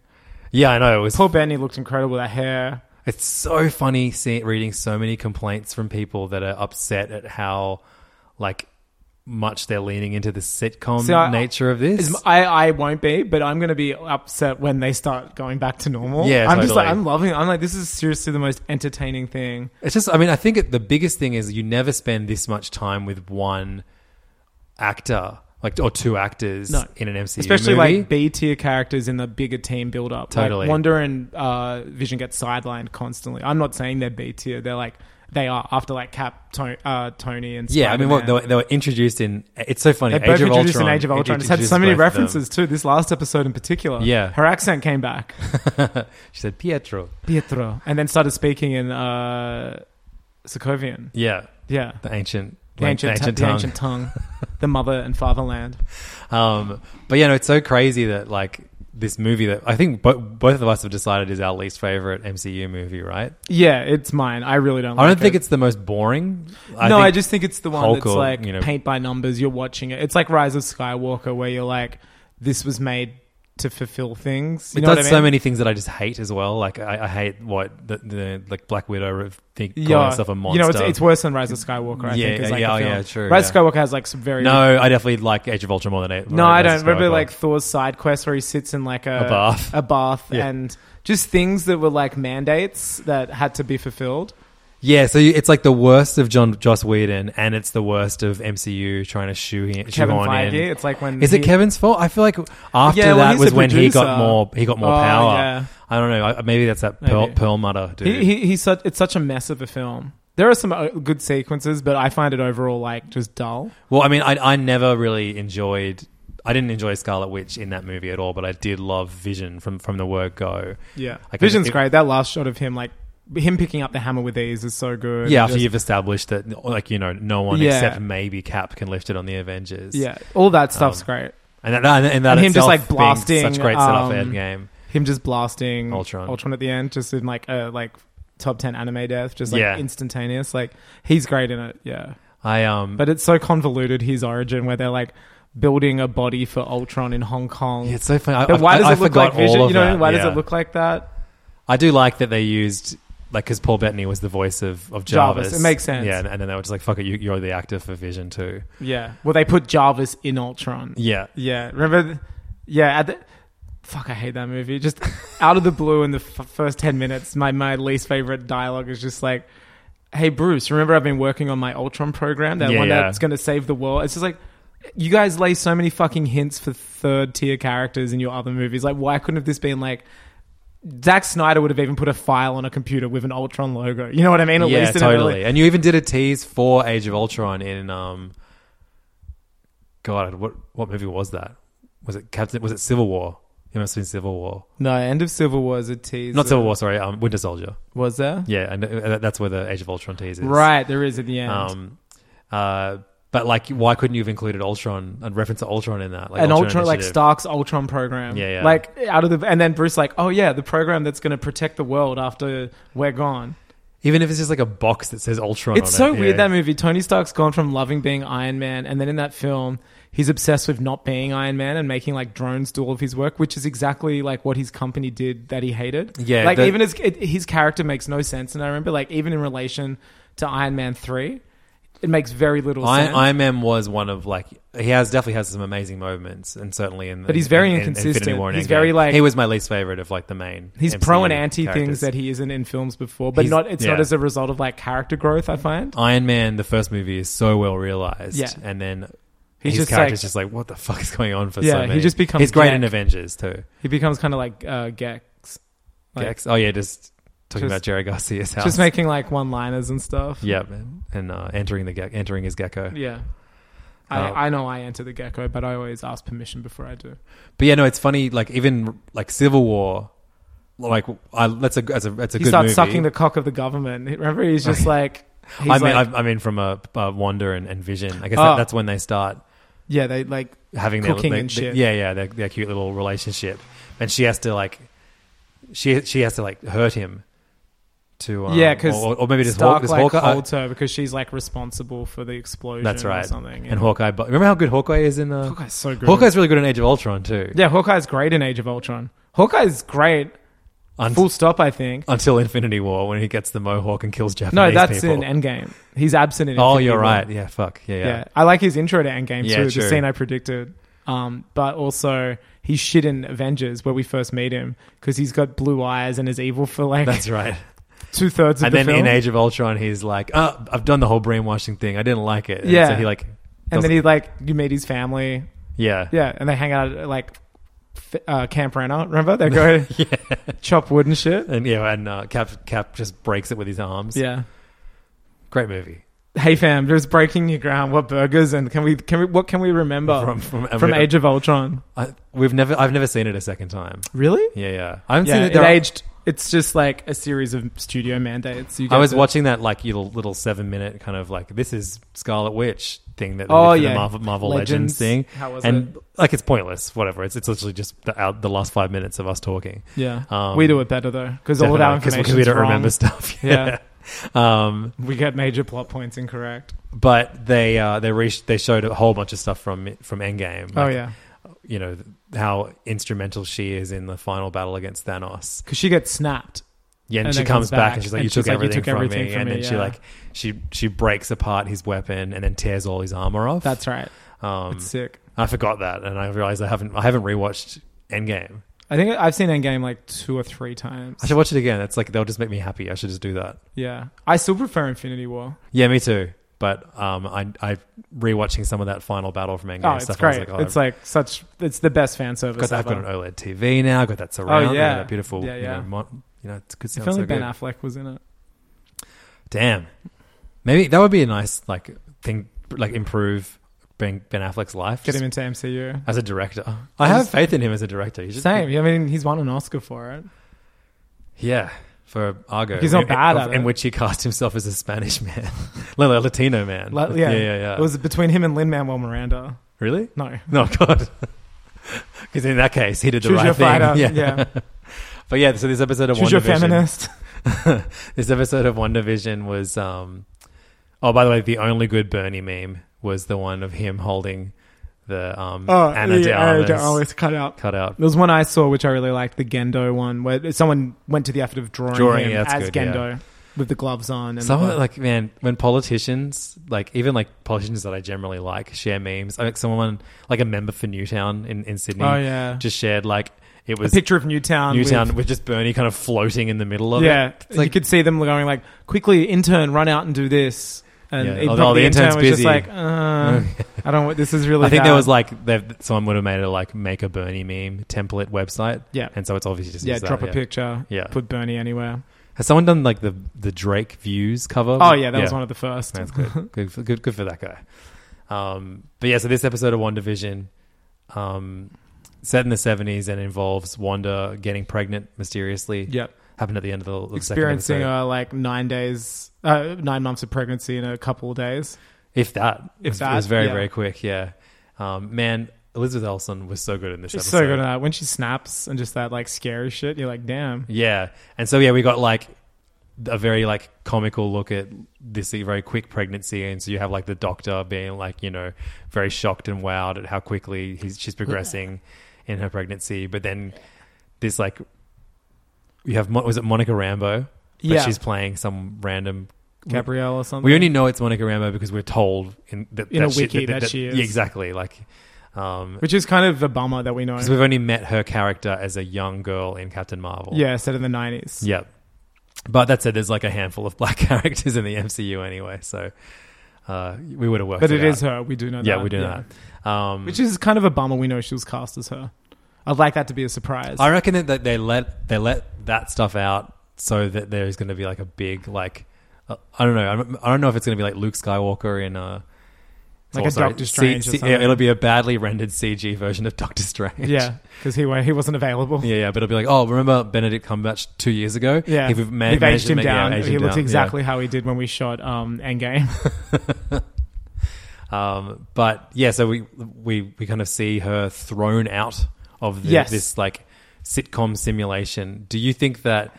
Yeah, I know. It was Paul Bettany looked incredible. That hair. It's so funny seeing reading so many complaints from people that are upset at how like much they're leaning into the sitcom See, I- nature of this. Is, I, I won't be, but I'm going to be upset when they start going back to normal. Yeah, I'm just totally. like, I'm loving it. I'm like, this is seriously the most entertaining thing. It's just, I mean, I think it, the biggest thing is you never spend this much time with one actor, like or two actors No. in an MCU Especially movie. like B tier characters in the bigger team build up. Totally. Like Wanda and uh, Vision get sidelined constantly. I'm not saying they're B tier. They're like, they are after like Cap, to- uh, Tony, and yeah, I mean, what, they, Spider-Man. were, they were introduced in. It's so funny. They Age both of introduced Ultron. in Age of Ultron. It's had introduced so many both of them. references too. This last episode in particular. Yeah. her accent came back. she said Pietro. Pietro, and then started speaking in uh, Sokovian. Yeah, Yeah, the ancient, the ancient, ancient the tongue. ancient tongue, the mother and fatherland. Um, but yeah, no, it's so crazy that like this movie that I think bo- both of us have decided is our least favorite MCU movie, right? Yeah, it's mine. I really don't. I don't like think it. it's the most boring. no, I just think it's the one Hulk that's or, like you know- paint by numbers. You're watching it. It's like Rise of Skywalker, where you're like, this was made to fulfill things. You it know does what I mean? so many things that I just hate as well. Like I, I hate what the, the like Black Widow of think calling herself a monster. You know, it's, it's worse than Rise of Skywalker. I Yeah, think. Is like yeah, oh, the yeah, film. true, Rise yeah. of Skywalker has like some very No, I definitely like Age of Ultron more than it. No, I don't Skywalker. remember like Thor's side quest where he sits in like a, A bath. a bath, Yeah. and just things that were like mandates that had to be fulfilled. Yeah, so you, it's like the worst of John Joss Whedon, and it's the worst of MCU trying to shoe him. Kevin shoehorn Feige, in. it's like when is it he- Kevin's fault? I feel like after Yeah, well, that he's was the when he got producer. more. He got more Oh, power. yeah. I don't know. I, maybe that's that Pearl, Maybe. Perlmutter dude. He, he, he's such, it's such a mess of a film. There are some uh, good sequences, but I find it overall like just dull. Well, I mean, I, I never really enjoyed. I didn't enjoy Scarlet Witch in that movie at all, but I did love Vision from from the word go. Yeah, Like, Vision's it- great. That last shot of him, like him picking up the hammer with ease, is so good. Yeah, after Just- you've established that, like you know, no one Yeah. except maybe Cap can lift it on the Avengers. yeah, all that stuff's great. and that and, and that And him itself just, like, being blasting, such great setup for um, Endgame. Him just blasting Ultron. Ultron at the end, just in like a like top ten anime death, just like Yeah. instantaneous. Like he's great in it. Yeah. I um, But it's so convoluted his origin where they're like building a body for Ultron in Hong Kong. Yeah, it's so funny. I- But why I- does I it look forgot like Vision? all of You know, that, why yeah. does it look like that? I do like that they used like because Paul Bettany was the voice of of Jarvis. Jarvis, it makes sense. Yeah, and, and then they were just like, "Fuck it, you, you're the actor for Vision too." Yeah. Well, they put Jarvis in Ultron. Yeah, Yeah. Remember? th- yeah. At the, fuck, I hate that movie. Just out of the blue in the f- first 10 minutes, my, my least favorite dialogue is just like, hey, Bruce, remember I've been working on my Ultron program, that Yeah, one yeah. that's going to save the world? It's just like, you guys lay so many fucking hints for third tier characters in your other movies. Like, why couldn't have this been like. Zack Snyder would have even put a file on a computer with an Ultron logo. You know what I mean? At yeah, least in a totally. really- And you even did a tease for Age of Ultron in um, God, what what movie was that? Was it Captain? Was it Civil War? It must have been Civil War. no, End of Civil War is a tease. Not Civil War, sorry. Um, Winter Soldier. Was there? Yeah, and uh, that's where the Age of Ultron tease is. Right, there is at the end. Um, uh, but like, why couldn't you have included Ultron? A reference to Ultron in that, like an Ultron, like Initiative? Stark's Ultron program. Yeah, yeah. Like out of the and then Bruce like, oh yeah, the program that's going to protect the world after we're gone. Even if it's just like a box that says Ultron. It's on so it, weird yeah. that movie. Tony Stark's gone from loving being Iron Man, and then in that film, he's obsessed with not being Iron Man and making like drones do all of his work, which is exactly like what his company did that he hated. Yeah, like the- even his it, his character makes no sense, and I remember like even in relation to Iron Man three, it makes very little I, sense. Iron Man was one of like he has definitely has some amazing moments, and certainly in. But he's very in- in inconsistent. Infinity War and He's Endgame. very, like- he was my least favorite of like the main. He's MCU pro and anti characters. things that he isn't in films before, but He's- not it's not yeah. as a result of like character growth. I find Iron Man, the first movie, is so well realized. Yeah. and then. He's his just character's like- just like, what the fuck is going on for Yeah, so he many? just becomes He's great Gek. in Avengers too. he becomes kind of like uh, Gex. Like- Gex. Oh yeah, just talking about Jerry Garcia's house. Just making like one liners and stuff. Yep, and, and uh, entering the ge- entering his gecko. Yeah. Oh. I, I know I enter the gecko, but I always ask permission before I do. But yeah, no, it's funny. Like even like Civil War, like I, that's a that's a that's a He good starts movie. sucking the cock of the government. Remember, he's just like, he's I mean, like- I, I mean, from a, uh Wonder and, and Vision. I guess Oh. that, that's when they start yeah, they like having their, cooking their- and their- shit. yeah, yeah, their, their cute little relationship, and she has to like, she she has to like hurt him to um, yeah, because or, or maybe just Stark Hawk, does like Hawkeye- holds her because she's like responsible for the explosion. that's right, or something. and Hawkeye. But remember how good Hawkeye is in uh, Hawkeye's so good. Hawkeye's really good in Age of Ultron too. yeah, Hawkeye's great in Age of Ultron. Hawkeye's great. Un- Full stop. I think. until Infinity War when he gets the mohawk and kills Japanese No, that's people. in Endgame. He's absent in. oh, Infinity you're War. right. Yeah, fuck. Yeah, yeah. Yeah. I like his intro to Endgame Yeah, too. true. The scene I predicted. Um, but also he's shit in Avengers where we first meet him because he's got blue eyes and is evil for like That's right. two thirds of and the then film. in Age of Ultron, he's like, uh, I've done the whole brainwashing thing. I didn't like it. And Yeah. So he like, and doesn't- then he like you meet his family. yeah. Yeah, and they hang out at like f- uh, Camp Renner. Remember they go chop wood and shit. And yeah, and uh, Cap Cap just breaks it with his arms. Yeah. Great movie. Hey fam, just breaking your ground. What burgers and can we can we what can we remember From- from from- from, we- Age of Ultron? I, we've never I've never seen it a second time. Really? Yeah, yeah. I haven't Yeah, seen it. it, there are- aged. It's just like a series of studio mandates. You I get was the- watching that like little, little seven minute kind of like this is Scarlet Witch thing that they Oh, did for the yeah. Marvel, Marvel Legends. Legends. thing. How was and like it's pointless, whatever. It's it's literally just the, out, the last five minutes of us talking. Yeah, Um, we do it better though because all of our Definitely, 'cause- information 'cause we don't remember stuff. Yeah. um, We get major plot points incorrect. but they uh, they re- they showed a whole bunch of stuff from from Endgame. oh like, yeah, you know th- how instrumental she is in the final battle against Thanos. because she gets snapped. Yeah, and, And she then comes comes back, back, and she's like, and "You she's took like, "You everything, took everything from me," from and me, then she yeah. like she she breaks apart his weapon and then tears all his armor off. That's right. um, It's sick. I forgot that, and I realized I haven't I haven't rewatched Endgame. I think I've seen Endgame like two or three times. I should watch it again. It's like they'll just make me happy. I should just do that. yeah, I still prefer Infinity War. Yeah, me too. But um, I I rewatching some of that final battle from Endgame oh, it's stuff. great. I was like, oh, it's like such. It's the best fan service. Because I've ever. got an OLED TV now. I've got that surround. I've got Oh, yeah. that beautiful. Yeah, yeah. You know, mon- you know it's good. if Sounds only so Ben good. Affleck was in it. Damn. Maybe that would be a nice like thing. Like improve Ben Ben Affleck's life. Get just him into MCU. as a director. I have faith in him as a director. He's just, Same. I mean, he's won an Oscar for it. Yeah. For Argo, He's not in- bad of- at in it. which he cast himself as a Spanish man, like a Latino man. Like, yeah, yeah, yeah. It was between him and Lin Manuel Miranda. really? No. No, God. Because in that case, he did the Choose right your thing. fighter. Yeah. but yeah, so this episode of Choose your WandaVision- feminist. this episode of One Division was um oh by the way the only good Bernie meme was the one of him holding the um Oh, Anna de yeah, Armas Anna de Armas cut out. cut out. There was one I saw which I really liked, the Gendo one, where someone went to the effort of drawing, Drawing, him yeah, that's as good, yeah. Gendo with the gloves on. And Some of the- it, like man, when politicians like even like politicians that I generally like share memes. Like someone like a member for Newtown in, in Sydney Oh, yeah. just shared like it a was picture of Newtown. Newtown with, with, just Bernie kind of floating in the middle of yeah, it. you could see them going like, "Quickly, intern, run out and do this." And Yeah. it- Oh, the probably the intern intern's was busy. just like, uh, "I don't. want This is really." I think bad. there was like they've- someone would have made it like make a Bernie meme template website. Yeah. and so it's obviously just yeah, used that, drop a picture. Yeah. put Bernie anywhere. Has someone done like the the Drake views cover? Oh yeah, that was one of the first. That's good. good, for, good, good for that guy. Um, but yeah, so this episode of One Division, um, set in the seventies and involves Wanda getting pregnant mysteriously. Yep. happened at the end of the, the Experiencing second episode. uh, like nine days, uh, nine months of pregnancy in a couple of days. if that, if it was, it that, was very yeah. very quick. Yeah, um, man, Elizabeth Olsen was so good in this. She's episode. so good at that. When she snaps and just that like scary shit, you're like, damn. Yeah, and so yeah, we got like a very like comical look at this very quick pregnancy, and so you have like the doctor being like you know very shocked and wowed at how quickly he's, she's progressing in her pregnancy, but then this like you have Mo- was it Monica Rambo? But Yeah. she's playing some random. Gabrielle or something. We only know it's Monica Rambo because we're told in that, In that a she, wiki that she is. yeah, exactly like. Um, which is kind of a bummer that we know. because we've only met her character as a young girl in Captain Marvel. Yeah, set in the nineties. Yep. But that said, there's like a handful of black characters in the MCU anyway, so uh, we would have worked. but it out. is her. We do know. Yeah, that. we do that. Um, Which is kind of a bummer. We know she was cast as her. I'd like that to be a surprise. I reckon that that they let they let that stuff out so that there is going to be like a big like uh, I don't know I don't, I don't know if it's going to be like Luke Skywalker in uh Like oh, a sorry, Doctor Strange or C- something. it'll be a badly rendered CG version of Doctor Strange. Yeah, because he wa- he wasn't available. Yeah, yeah, but it'll be like, oh, remember Benedict Cumberbatch two years ago? Yeah, if we've ma- they've managed aged to him make- yeah, down. aged he him looks down, yeah. exactly how he did when we shot um, Endgame. Um, but yeah, so we we we kind of see her thrown out of the, Yes. this like sitcom simulation. Do you think that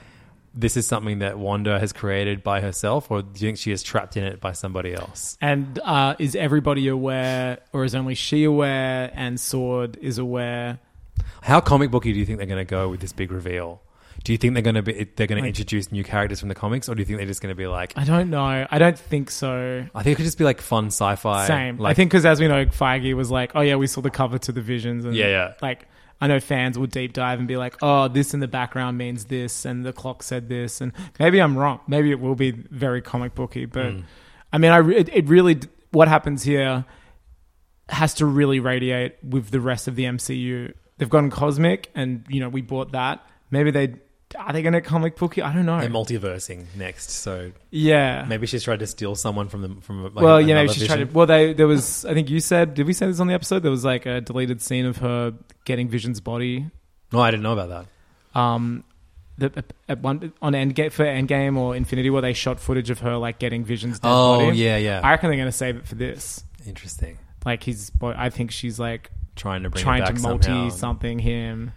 this is something that Wanda has created by herself, or do you think she is trapped in it by somebody else? and uh, is everybody aware, or is only she aware? And Sword is aware. How comic booky do you think they're going to go with this big reveal? Do you think they're going to be they're going to introduce new characters from the comics, or do you think they're just going to be like? I don't know. I don't think so. I think it could just be like fun sci-fi. Same. Like, I think because as we know, Feige was like, "Oh yeah, we saw the cover to the visions." And Yeah, yeah. Like I know fans will deep dive and be like, "Oh, this in the background means this, and the clock said this." And maybe I'm wrong. Maybe it will be very comic booky, but Mm. I mean, I re- it, it really d- what happens here has to really radiate with the rest of the MCU. They've gone cosmic, and you know we bought that. Maybe they are they going to comic booky? I don't know. they're multiversing next, so yeah. maybe she's tried to steal someone from the from. Like, well, yeah, maybe another she's trying vision. to. Well, they there was. I think you said. Did we say this on the episode? There was like a deleted scene of her getting Vision's body. No, I didn't know about that. Um, the, at one on Endgame for Endgame or Infinity War, they shot footage of her like getting Vision's dead Oh, body. yeah, yeah. I reckon they're gonna save it for this. Interesting. Like his, bo- I think she's like Trying to bring it trying back to multi somehow. something him.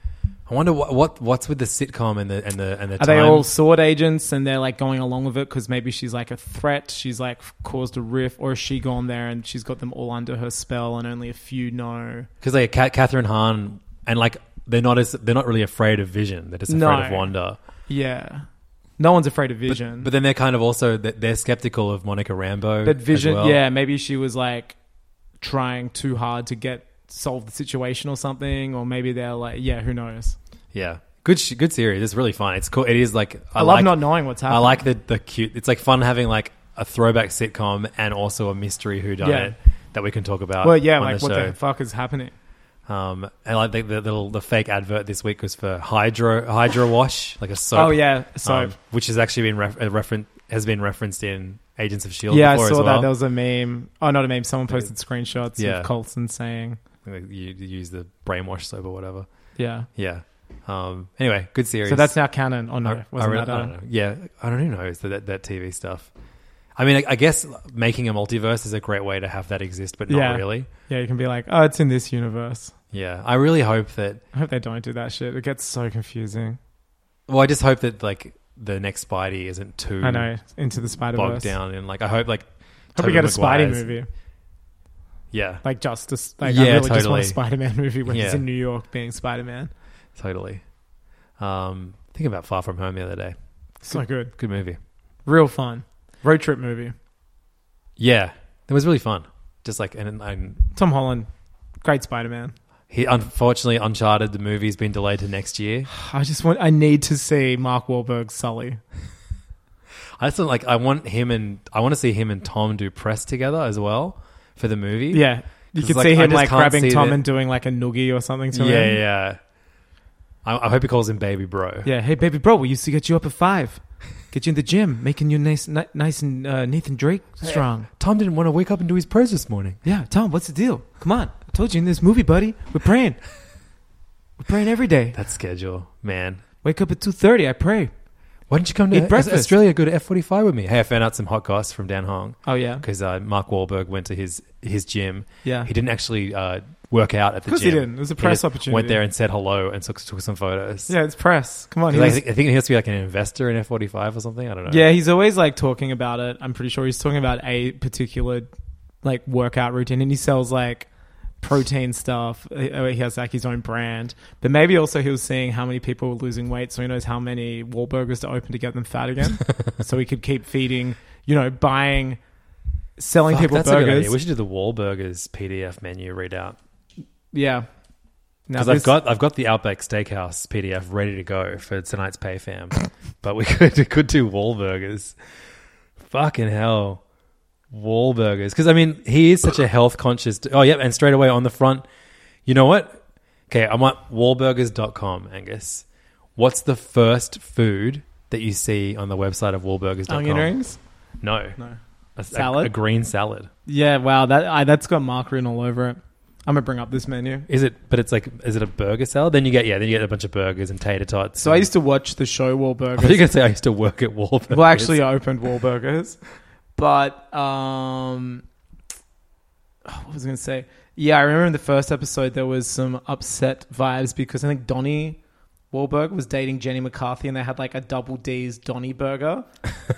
I wonder what, what what's with the sitcom and the and the and the Are time. they all sword agents and they're like going along with it because maybe she's like a threat? She's like caused a rift, or has she gone there and she's got them all under her spell and only a few know? because like Ca- Catherine Hahn and like they're not as they're not really afraid of Vision. They're just afraid No. of Wanda. Yeah. No one's afraid of But, Vision. but then they're kind of also they're they're skeptical of Monica Rambo. But as Vision, well. yeah, maybe she was like trying too hard to get solve the situation or something, or maybe they're like, yeah, who knows? yeah. Good sh- good series. It's really fun. It's cool. It is like I, I, love like, not knowing what's happening. I like the the cute. It's like fun having like a throwback sitcom and also a mystery who done it Yeah. that we can talk about. Well, yeah, on like the what show. the fuck is happening? Um, and like the, the little the fake advert this week was for Hydro Hydro Wash, like a soap. Um, Oh, yeah, soap. which has actually been ref- a referen- has been referenced in Agents of Shield. yeah, I E before saw as well. that. There was a meme. Oh, not a meme. Someone posted screenshots Yeah. of Colson saying, you, you use the brainwash soap or whatever. yeah. Yeah. Um, anyway, good series. So that's now canon. Oh no, I, I wasn't really- that? I uh, don't know. Yeah, I don't even know it's that that TV stuff. I mean, I, I guess making a multiverse is a great way to have that exist, but not Yeah. really. Yeah, you can be like, oh, it's in this universe. Yeah, I really hope that I hope they don't do that shit. It gets so confusing. Well, I just hope that like the next Spidey isn't too I know. Into the Spider bogged Verse. down and like I hope like Hope Tobey we get a Spidey Maguire's- movie. Yeah, Like justice, like Yeah, I really just totally. want a Spider-Man movie where he's Yeah. in New York being Spider-Man. totally. Um, thinking about Far From Home the other day. So good, Good movie. real fun road trip movie. Yeah, that was really fun. Just like and, and Tom Holland, great Spider-Man. he unfortunately Uncharted the movie's been delayed to next year. I just want, I need to see Mark Wahlberg Sully. I just like I want him and I want to see him and Tom do press together as well for the movie. Yeah, you It's could like, I see him just like can't see grabbing Tom that- and doing like a noogie or something to yeah, him. yeah. I, I hope he calls him baby bro. yeah. Hey, baby, bro, we used to get you up at five, get you in the gym, making you nice, ni- nice and uh, Nathan Drake strong. Tom didn't want to wake up and do his prayers this morning. Yeah, Tom, what's the deal? Come on, I told you in this movie, buddy, we're praying. We're praying every day. That schedule, man. Wake up at two thirty. I pray. Why don't you come to Eat Aus- breakfast. Australia? Go to F forty five with me. Hey, I found out some hot goss from Dan Hong Oh yeah, because uh, Mark Wahlberg went to his his gym. Yeah. he didn't actually uh, work out at the gym. course he didn't. It was a press just opportunity. Went there and said hello and took, took some photos. Yeah, it's press. Come on. 'Cause He I was- think, I think he has to be like an investor in F forty five or something. I don't know. yeah, he's always like talking about it. I'm pretty sure he's talking about a particular like workout routine and he sells like protein stuff. Uh, He has like his own brand. But maybe also he was seeing how many people were losing weight so he knows how many Wahlburgers to open to get them fat again. so he could keep feeding, you know, buying, selling Fuck, people that's a good idea. We burgers. should do the Wahlburgers PDF menu readout Yeah. Now because I've this- got I've got the Outback Steakhouse PDF ready to go for tonight's pay fam, but we could we could do Wahlburgers. Fucking hell, Wahlburgers. Because I mean, he is such a health conscious. d- oh yep, and straight away on the front, you know what? Okay, I'm at Wahlburgers.com, Angus. What's the first food that you see on the website of Wahlburgers.com. Onion rings? No. No. A, a- Salad? A, green salad. Yeah, wow, that I, that's got mark written all over it. I'm gonna bring up this menu. Is it? But it's like, is it a burger salad? Then you get yeah. Then you get a bunch of burgers and tater tots. So I used to watch the show I thought you were Wahlburgers. gonna say I used to work at Wahlburgers. well, actually, I opened Wahlburgers, but um, oh, what was I gonna say? Yeah, I remember in the first episode there was some upset vibes because I think Donnie Wahlberg was dating Jenny McCarthy, and they had like a double D's Donnie burger,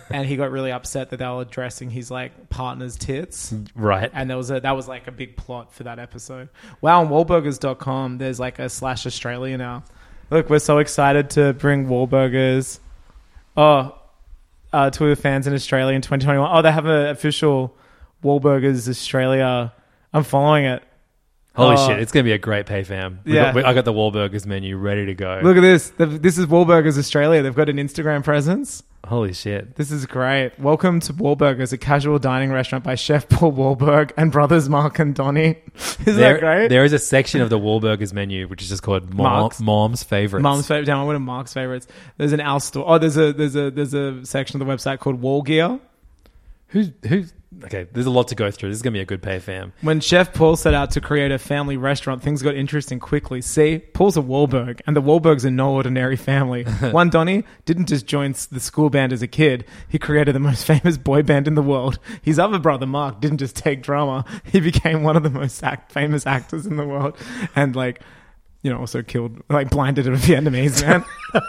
and he got really upset that they were addressing his like partner's tits. right. And there was a that was like a big plot for that episode. Wow, on Wahlburgers.com, there's like a slash Australia now. Look, we're so excited to bring Wahlburgers oh, uh, to the fans in Australia in 2021. Oh, they have an official Wahlburgers Australia. I'm following it. Holy Oh. shit! It's gonna be a great pay fam. We Yeah. got, we, I got the Wahlburgers menu ready to go. Look at this. They've- This is Wahlburgers Australia. They've got an Instagram presence. Holy shit! This is great. Welcome to Wahlburgers, a casual dining restaurant by Chef Paul Wahlberg and brothers Mark and Donnie. Isn't There, that great? there is a section of the Wahlburgers menu which is just called Mom, Mark's. Mom's Favorites. Mom's favorite. Damn, I went to Mark's favorites. There's an Al store. Oh, there's a there's a there's a section of the website called Wall Gear. Who's who's okay? There's a lot to go through. This is gonna be a good pay fam. When Chef Paul set out to create a family restaurant, things got interesting quickly. See, Paul's a Wahlberg, and the Wahlbergs are no ordinary family. One Donnie didn't just join s- the school band as a kid; he created the most famous boy band in the world. His other brother Mark didn't just take drama; he became one of the most act- famous actors in the world, and like. You know, also killed, like blinded a Vietnamese man.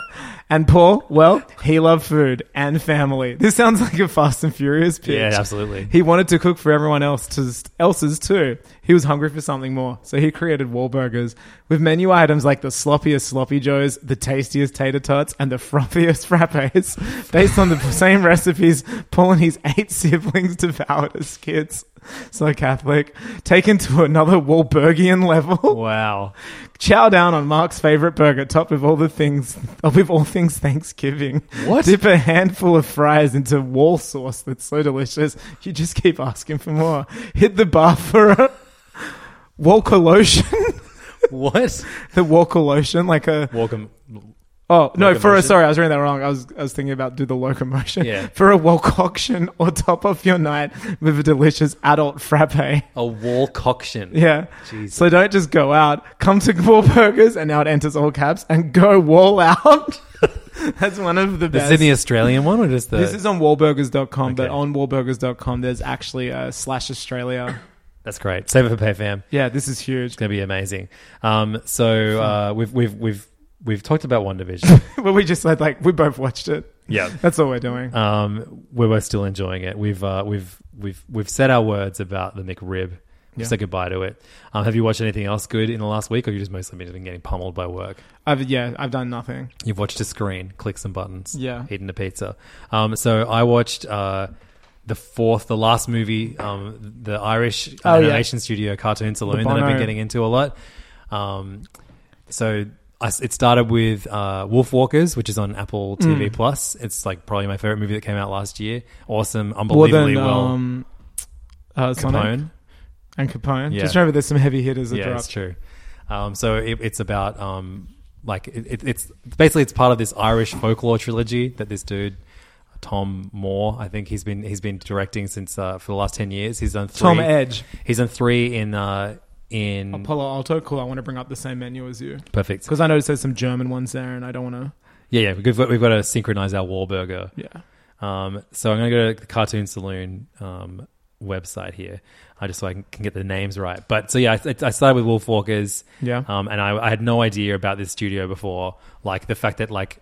and Paul, well, he loved food and family. This sounds like a Fast and Furious pitch. Yeah, absolutely. He wanted to cook for everyone else to, else's too. He was hungry for something more, so he created Wahlburgers with menu items like the sloppiest sloppy joes, the tastiest tater tots, and the frothiest frappes, based on the same recipes Paul and his eight siblings devoured as kids. So Catholic, taken to another Wahlbergian level. Wow. Chow down on Mark's favorite burger, topped with all the things, with all things Thanksgiving. What? Dip a handful of fries into wall sauce that's so delicious. You just keep asking for more. Hit the bar for a Walker lotion. What? the Walker lotion, like a Welcome. oh no, for a Locomotion? sorry, I was reading that wrong. I was I was thinking about do the locomotion. Yeah. For a Walcoction or top off your night with a delicious adult frappe. A wall coction. Yeah. Jesus. So don't just go out. Come to Wahlburgers, and now it enters all caps, and go wall out. That's one of the This best. is in the Australian one or just the? this is on Wahlburgers.com, but uh, Okay. on Wahlburgers.com, there's actually a slash Australia. That's great. Save it for pay fam. yeah, this is huge. It's gonna be amazing. Um, Hmm. so uh, we've we've we've we've talked about one division. well, we just said, like, we both watched it. yeah. That's all we're doing. Um, we were still enjoying it. We've uh, we've we've we've said our words about the McRib. We Yeah. said goodbye to it. Um, have you watched anything else good in the last week, or you just mostly been getting pummeled by work? I've, yeah, I've done nothing. You've watched a screen, click some buttons, Yeah. eaten a pizza. Um, so I watched uh, the fourth, the last movie, um, the Irish Oh, yeah. animation studio Cartoon Saloon that I've been Bono. getting into a lot. Um, so I s it started with uh, Wolf Walkers, which is on Apple TV Mm. Plus. It's like probably my favorite movie that came out last year. Awesome, More unbelievably than well. um, uh, Sonic Capone. and Capone. Yeah. Just remember there's some heavy hitters that yeah, dropped. it's true. Um, so it, it's about um, like it, it, it's basically it's part of this Irish folklore trilogy that this dude Tom Moore, I think he's been he's been directing since uh, for the last ten years. He's done three, Tom Edge. He's done three in uh, in Palo Alto, cool. I want to bring up the same menu as you. perfect. Because I noticed there's some German ones there, and I don't want to. Yeah, yeah, we've got, we've got to synchronize our Wahlburger. Yeah. Um, so I'm going to go to the Cartoon Saloon um, website here, uh, just so I can, can get the names right. But so yeah, I, I started with Wolf Walkers. Yeah. Um, and I, I had no idea about this studio before. Like the fact that like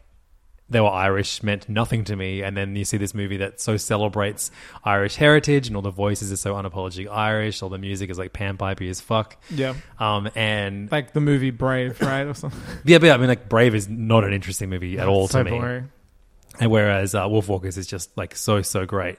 they were Irish meant nothing to me, and then you see this movie that so celebrates Irish heritage, and all the voices are so unapologetic Irish. All the music is like panpipey as fuck. Yeah. Um, and Like the movie Brave, right? Or something. yeah, but yeah, I mean, like Brave is not an interesting movie at all so to me. boring. And whereas uh, Wolf Walkers is just like so so great.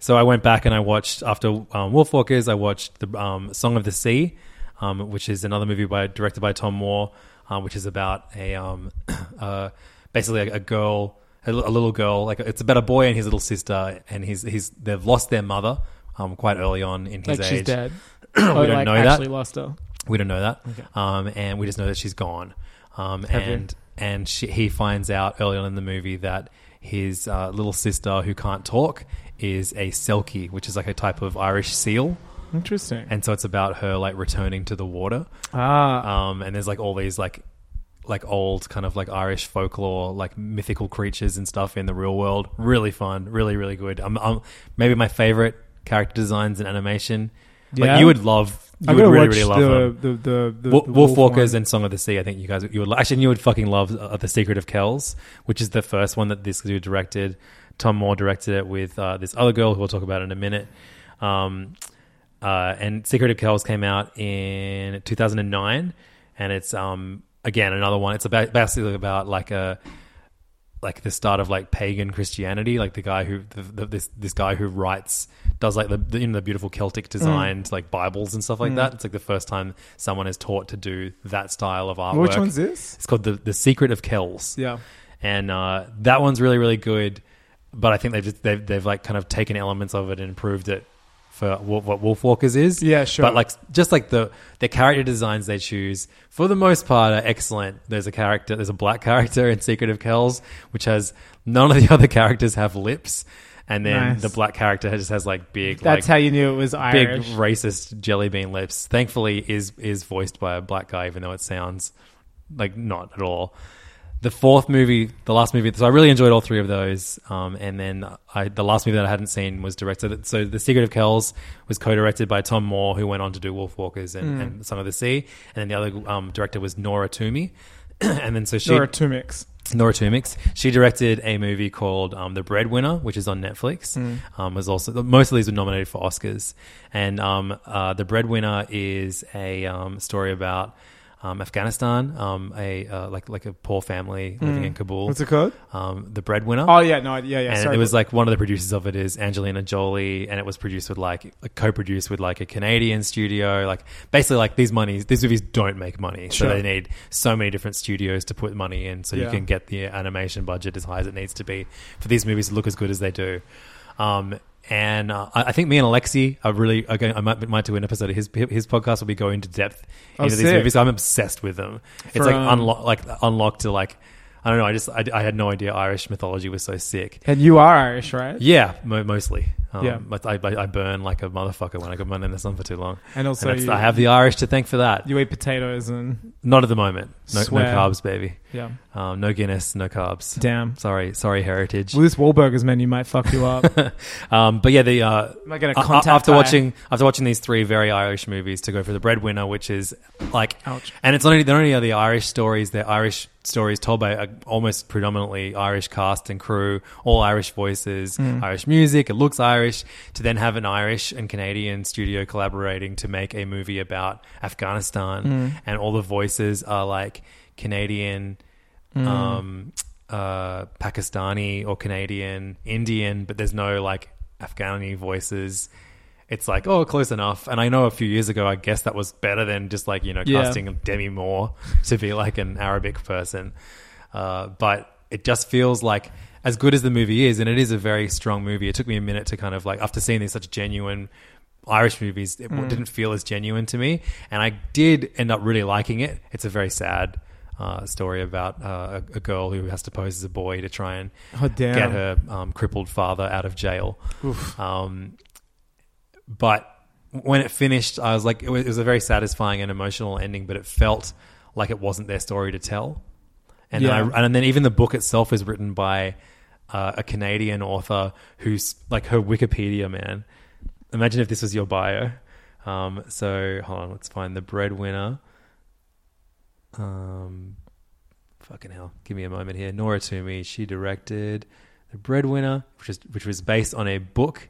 So I went back and I watched after um, Wolf Walkers, I watched the um, Song of the Sea, um, which is another movie by directed by Tom Moore, um, which is about a um, uh, basically a, a girl, a, li- a little girl. Like it's about a boy and his little sister, and he's he's they've lost their mother um, quite early on in his age. Like she's dead. Oh, We don't like know that. actually lost her. We don't know that, um, and we just know that she's gone. Um, and and she, he finds out early on in the movie that his uh, little sister, who can't talk, is a selkie, which is like a type of Irish seal. Interesting. And so it's about her like returning to the water. ah, Um, and there's like all these like like old kind of like Irish folklore, like mythical creatures and stuff in the real world. Really fun, really really good. Um, um maybe my favorite character designs and animation. Yeah. Like you would love, you I would gotta really watch really love them. the, the, the, the, Wo- the Wolf Walkers one. and Song of the Sea. I think you guys you would lo- actually and you would fucking love uh, the Secret of Kells, which is the first one that this dude directed. Tom Moore directed it with uh, this other girl who we'll talk about in a minute. Um, uh, and Secret of Kells came out in 2009, and it's um again another one. It's about basically about like a like the start of like pagan Christianity, like the guy who the, the, this this guy who writes does like the, the you know the beautiful Celtic Mm. designed like Bibles and stuff like that. It's like the first time someone is taught to do that style of artwork. Which one's this? It's called the the Secret of Kells. Yeah. and uh, that one's really really good. But I think they've just, they've they've like kind of taken elements of it and improved it for what, what Wolfwalkers is. Yeah, sure. But like just like the the character designs they choose for the most part are excellent. There's a character, there's a black character in Secret of Kells, which has none of the other characters have lips, and then Nice. the black character just has like big. That's like, how you knew it was big Irish. racist jelly bean lips. Thankfully, is is voiced by a black guy, even though it sounds like not at all. The fourth movie, the last movie, so I really enjoyed all three of those. Um, and then I, the last movie that I hadn't seen was directed. So The Secret of Kells was co-directed by Tom Moore, who went on to do Wolf Walkers and, and Son of the Sea. And then the other um, director was Nora Toomey. and then so she There are two mix. Nora Tumix. She directed a movie called um, The Breadwinner, which is on Netflix. Mm. Um, was also most of these were nominated for Oscars, and um, uh, The Breadwinner is a um, story about um, Afghanistan, um, a uh, like like a poor family living in Kabul. Mm. What's it called? Um, the Breadwinner. Oh yeah, no, yeah, yeah. And sorry, it was like one of the producers of it is Angelina Jolie, and it was produced with like, like co-produced with like a Canadian studio. Like basically, like these monies, these movies don't make money, so Sure. they need so many different studios to put money in, so you Yeah. can get the animation budget as high as it needs to be for these movies to look as good as they do. Um, and uh, I I think me and Alexi are really are going, I might, might do an episode of his his podcast. will be going into depth Oh, into these sick. movies. I'm obsessed with them. it's like From- unlock like unlocked to like. I don't know. I just I, I had no idea Irish mythology was so sick. and you are Irish, right? Yeah, mo- mostly. Um, Yeah. but I, I, I burn like a motherfucker when I got mine in the sun for too long. And also that's- you- I have the Irish to thank for that. You eat potatoes and Not at the moment. No, no Swear. carbs, baby. yeah. Um, no Guinness, no carbs. Damn. Sorry, sorry, heritage. Well, this Wahlburgers menu might fuck you up. Um, but yeah, the uh, Might get a a- a- contact after high. watching after watching these three very Irish movies to go for the breadwinner, which is like, Ouch. and it's not only not only are the Irish stories, they're Irish stories told by a, almost predominantly Irish cast and crew, all Irish voices, Hmm. Irish music. It looks Irish. To then have an Irish and Canadian studio collaborating to make a movie about Afghanistan, Hmm. and all the voices are like Canadian um, uh, Pakistani or Canadian, Indian, but there's no like Afghani voices. It's like, oh, close enough. And I know a few years ago, I guess that was better than just like, you know, Yeah. casting Demi Moore to be like an Arabic person. Uh, but it just feels like, as good as the movie is, and it is a very strong movie, it took me a minute to kind of like, after seeing these such genuine Irish movies, it Mm. w didn't feel as genuine to me. And I did end up really liking it. It's a very sad uh, story about uh, a, a girl who has to pose as a boy to try and Oh, damn. get her um, crippled father out of jail. Um, but when it finished, I was like, it was, it was a very satisfying and emotional ending, but it felt like it wasn't their story to tell. And Yeah. then I, and then even the book itself is written by uh, a Canadian author who's like her Wikipedia man. Imagine if this was your bio. Um, so hold on, let's find the breadwinner. Um, fucking hell, give me a moment here. Nora Toomey, she directed the breadwinner, which is which was based on a book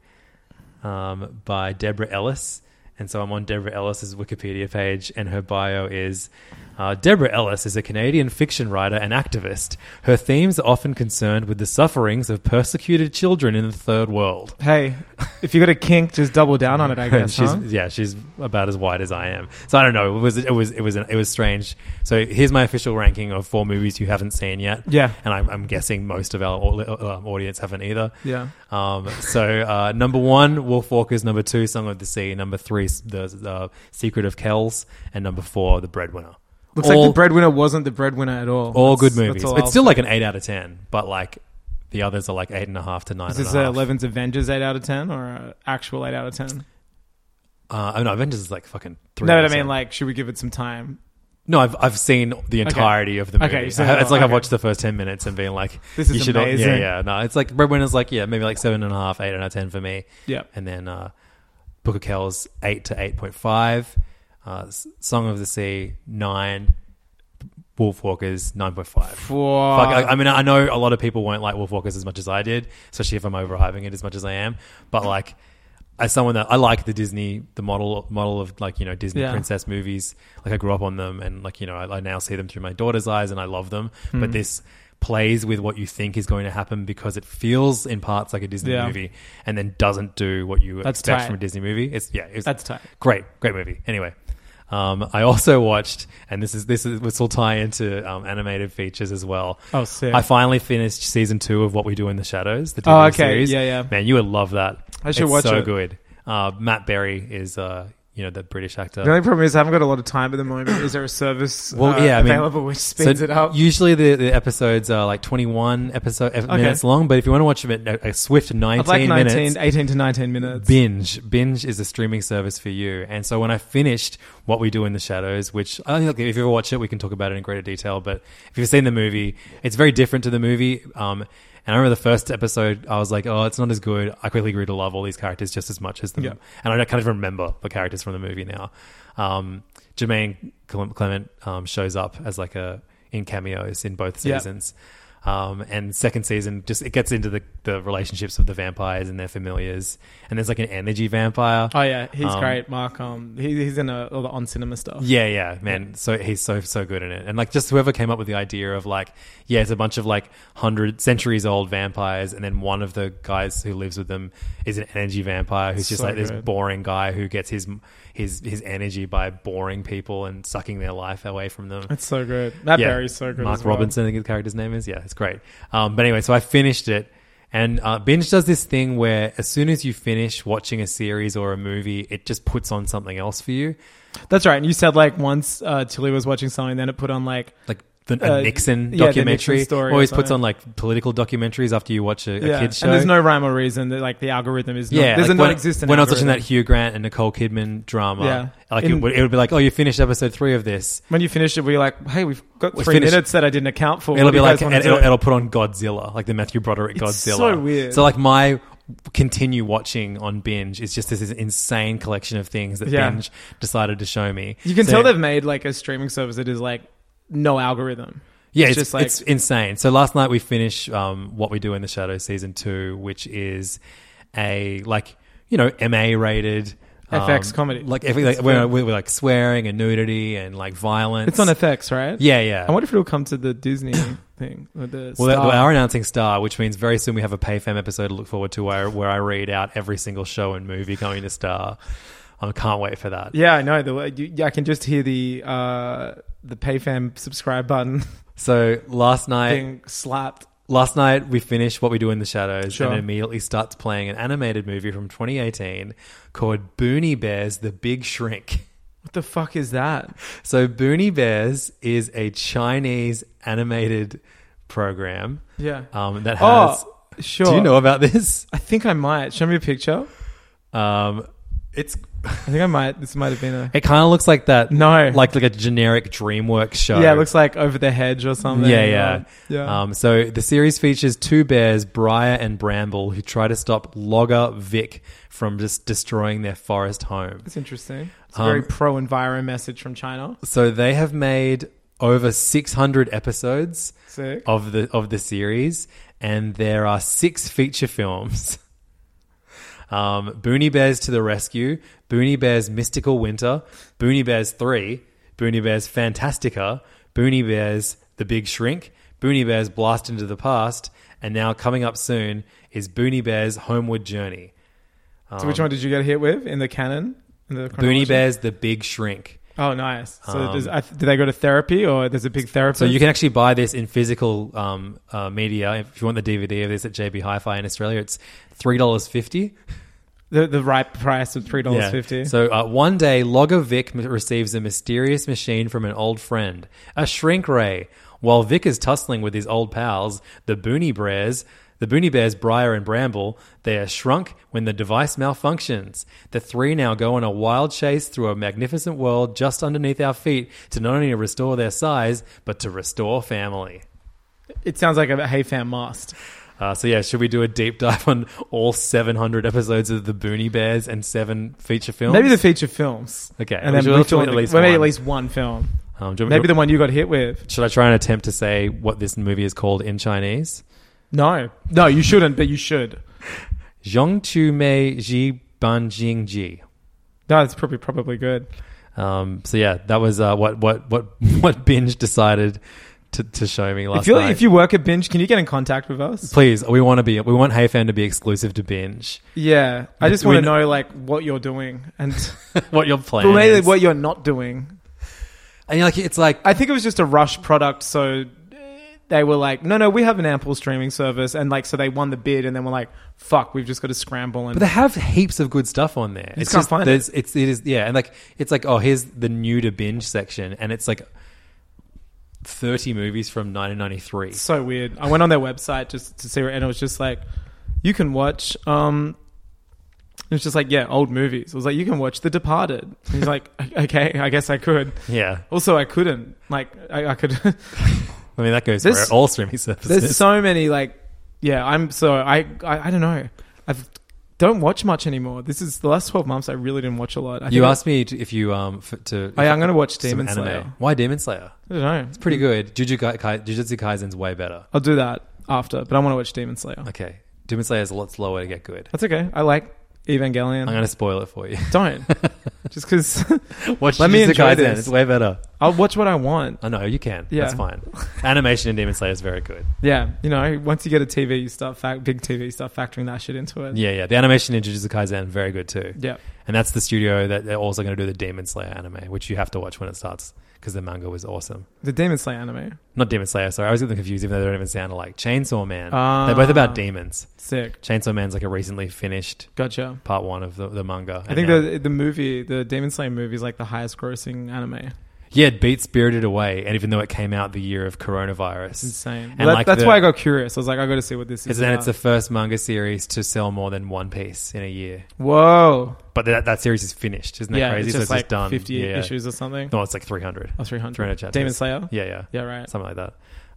um, by Deborah Ellis. And so I'm on Deborah Ellis's Wikipedia page, and her bio is uh, Deborah Ellis is a Canadian fiction writer and activist. Her themes are often concerned with the sufferings of persecuted children in the third world. hey, if you got a kink, just double down on it. I guess. she's huh? yeah, she's about as wide as I am. So I don't know. It was it was it was it was strange. So here's my official ranking of four movies you haven't seen yet. Yeah. and I'm, I'm guessing most of our au- um, audience haven't either. Yeah. Um. So uh, number one, Wolf Walkers. Number two, Song of the Sea. Number three, The uh, Secret of Kells. And number four, The Breadwinner. Looks All- like the breadwinner wasn't the breadwinner at all. All That's- good that's movies. all it's I'll still say. like an eight out of ten, but like the others are like eight and a half to nine. Is and this a uh, half. 11's Avengers 8 out of 10 or uh, actual 8 out of 10? Uh, oh no, Avengers is like fucking three. No, out but I of mean, 10. like, should we give it some time? no, I've I've seen the entirety of the Okay, movie. you've it's seen it like all. I've Okay. watched the first ten minutes and being like, This is you should not- amazing. yeah, yeah. No, it's like Breadwinner's like yeah, maybe like seven and a half, eight out of ten for me. Yeah. and then uh, Book of Kells eight to eight point five, uh, S- Song of the Sea nine, Wolfwalkers nine point five. Wow. Fuck, I, I mean, I know a lot of people won't like Wolfwalkers as much as I did, especially if I'm overhyping it as much as I am. But like, as someone that I like the Disney, the model model of like you know Disney Yeah. princess movies. Like I grew up on them, and like you know I, I now see them through my daughter's eyes, and I love them. Hmm. But this plays with what you think is going to happen because it feels in parts like a Disney Yeah. movie, and then doesn't do what you That's expect tight. from a Disney movie. It's yeah, it's That's tight. Great, great movie. Anyway, um, I also watched, and this is this is this will tie into um, animated features as well. Oh, sick. I finally finished season two of What We Do in the Shadows. The TV Oh, okay. series. Yeah, yeah. Man, you would love that. I should it's watch so it. good. Uh, Matt Berry is, uh, you know, the British actor. The only problem is I haven't got a lot of time at the moment. Is there a service uh, I mean, available which speeds so it up? Usually the, the episodes are like 21 episode ep- minutes long, but if you want to watch them at a, a swift 19 I'd like 19, minutes, 18 to 19 minutes. Binge. Binge is a streaming service for you. And so when I finished What We Do in the Shadows, which I think if you ever watch it, we can talk about it in greater detail. But if you've seen the movie, it's very different to the movie. Um, and I remember the first episode, I was like, oh, it's not as good. I quickly grew to love all these characters just as much as them. Yeah. And I kind of remember the characters from the movie now. Um, Jermaine Clem- Clement um, shows up as like a in cameos in both Yeah. seasons. Um, and second season just it gets into the, the relationships of the vampires and their familiars and there's like an energy vampire Oh, yeah. He's Um, great, Mark. Um, he, he's in a, all the on cinema stuff. yeah yeah man so he's so so good in it and like just whoever came up with the idea of like yeah it's a bunch of like hundred centuries old vampires and then one of the guys who lives with them is an energy vampire who's just So like this good. boring guy who gets his his his energy by boring people and sucking their life away from them It's so good. Matt Yeah. Berry's so good. Mark as well. Robinson, I think the character's name is. Yeah, it's great. Um, but anyway, so I finished it. And uh, Binge does this thing where as soon as you finish watching a series or a movie, it just puts on something else for you. That's right. And you said, like, once uh, Tilly was watching something, then it put on, like, Like the, a Uh, Nixon yeah, the documentary Nixon story or always puts something. on like political documentaries after you watch a, a yeah. kid's show. And there's no rhyme or reason that, like, the algorithm is not, yeah, like there's a when- non existent When I was watching that Hugh Grant and Nicole Kidman drama, Yeah. like it, In- would, it would be like, oh, you finished episode three of this. When you finish it, we're like, hey, we've got We three finished- minutes that I didn't account for. It'll What do be you like guys and wanna it'll, do? it'll put on Godzilla, like the Matthew Broderick It's Godzilla. so weird. So like my continue watching on binge is just this insane collection of things that Yeah. binge decided to show me. You can So- tell they've made like a streaming service that is like no algorithm. yeah, it's it's, just, like- it's insane. So last night we finished um, what we do in the shadow season two, which is a like you know MA rated. um, FX comedy. like, every, like It's we're, good. we're like swearing and nudity and like violence. It's on FX, right? yeah, yeah. I wonder if it'll come to the Disney thing. Or the Well, Star. they are announcing Star, which means very soon we have a PayFam episode to look forward to where, where I read out every single show and movie going to Star. I can't wait for that. yeah, I know. The, way- you, yeah, I can just hear the uh, the PayFam subscribe button So last night, being slapped. last night we finished what we do in the shadows, Sure. and it immediately starts playing an animated movie from 2018 called Booney Bears: The Big Shrink. What the fuck is that? So Booney Bears is a Chinese animated program Yeah. um, that has. oh, sure. Do you know about this? I think I might. Show me a picture. Um, it's I think I might. This might have been a. It kind of looks like that. No. like like a generic DreamWorks show. Yeah, it looks like Over the Hedge or something. Yeah, yeah. yeah. Um, so the series features two bears, Briar and Bramble, who try to stop Logger Vic from just destroying their forest home. It's interesting. It's a Um, very pro enviro message from China. So they have made over 600 episodes Sick. of the of the series, and there are six feature films. Um, Booney Bears to the Rescue, Booney Bears Mystical Winter, Booney Bears 3, Booney Bears Fantastica, Booney Bears The Big Shrink, Booney Bears Blast into the Past, and now coming up soon is Booney Bears Homeward Journey. So which one did you get hit with in the canon? In the chronology? um, Booney Bears The Big Shrink. Oh, nice. So does, I, do they go to therapy or there's a big therapist? So you can actually buy this in physical um, uh, media. If you want the DVD of this at JB Hi-Fi in Australia, it's three dollars fifty. The the right price of three dollars Yeah. fifty. So uh, one day, Logger Vic m- receives a mysterious machine from an old friend, a shrink ray. While Vic is tussling with his old pals, the Boony Bears, the Boony Bears Briar and Bramble, they are shrunk when the device malfunctions. The three now go on a wild chase through a magnificent world just underneath our feet to not only restore their size but to restore family. it sounds like a Hey Fam must. Uh, so yeah, should we do a deep dive on all 700 episodes of the Boony Bears and seven feature films? Maybe the feature films. Okay, and we then should we'll do join at the- least well, maybe one. at least one film. Um, do you want me Maybe to- the one you got hit with. Should I try and attempt to say what this movie is called in Chinese? No, no, you shouldn't, but you should. Zhong Chu Mei Ji Ban Jing Ji. No, it's probably probably good. Um, so yeah, that was uh, what what what what binge decided to, to show me last If you night. if you work at Binge, can you get in contact with us? Please, we want to be we want HeyFan to be exclusive to binge. Yeah, I just We want to kn- know like what you're doing and what your plan? but mainly is. what you're not doing. and you're like it's like I think it was just a rush product, so uh, they were like, "No, no, we have an ample streaming service," and like so they won the bid, and then we're like, "Fuck, we've just got to scramble." And But they have heaps of good stuff on there. just can't find it. there's- It's it is yeah, and like it's like oh here's the new to binge section, and it's like thirty movies from 1993. It's so weird. I went on their website just to see, it, and it was just like, you can watch. Um, it was just like, yeah, old movies. I was like, you can watch The Departed. And he's like, okay, I guess I could. Yeah, Also, I couldn't. Like, I, I could. I mean that goes There's- for all streaming services. There's so many. Like, yeah, I'm so I I, I don't know. I don't watch much anymore. This is the last twelve months. I really didn't watch a lot. I Oh, You think asked me to, if you um f- to. I, I, am going to watch some Demon Slayer. Hmm. Why Demon Slayer? I don't know. It's Pretty good. Jujutsu, Kai- Jujutsu Kaisen's way better. I'll do that after, but I want to watch Demon Slayer. Okay, Demon Slayer is a lot slower to get good. That's okay. I like Evangelion. I'm going to spoil it for you. don't just because Watch Let me Jujutsu enjoy Kaisen. this. It's way better. I'll watch what I want. I know you can. Yeah. That's fine. Animation in Demon Slayer is very good. Yeah, you know, once you get a TV, you start fac- big TV, you start factoring that shit into it. Yeah, yeah. The animation in Jujutsu Kaisen very good too. Yeah. and that's the studio that they're also going to do the Demon Slayer anime, which you have to watch when it starts because the manga was awesome. The Demon Slayer anime, Not Demon Slayer, sorry. I was getting confused even though they don't even sound alike. Chainsaw Man. Ah. They're both about demons. sick. Chainsaw Man's like a recently finished Gotcha. part one of the, the manga. I think And, uh, the the movie, the Demon Slayer movie, is like the highest grossing anime. yeah, it beat Spirited Away, and even though it came out the year of coronavirus, Insane. And That- like that's the- why I got curious. I was like, I got to see what this is. Because then it's about. the first manga series to sell more than one piece in a year. whoa. But that, that series is finished, isn't that yeah, crazy? it's so just it's like just done. fifty Yeah. issues or something. No, it's like three hundred. Oh, 300. Three hundred chapters. Demon Slayer? Yeah, yeah, Yeah, right. Something like that.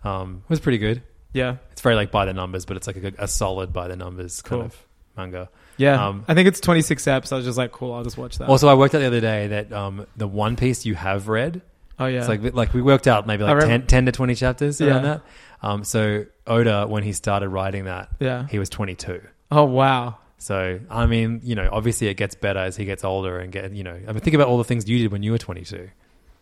Um, it was pretty good. Yeah, It's very like by the numbers, but it's like a, good- a solid by the numbers kind Cool. of manga. yeah. Um, I think it's twenty six eps. I was just like, cool. I'll just watch that. Also, I worked out the other day that um, the One Piece you have read, oh yeah. it's like like we worked out maybe I like remember- 10, 10 to twenty chapters around Yeah. that. Um, so Oda, when he started writing that, Yeah. he was twenty two. oh wow. So I mean, you know, obviously it gets better as he gets older and get you know. I mean, think about all the things you did when you were twenty two.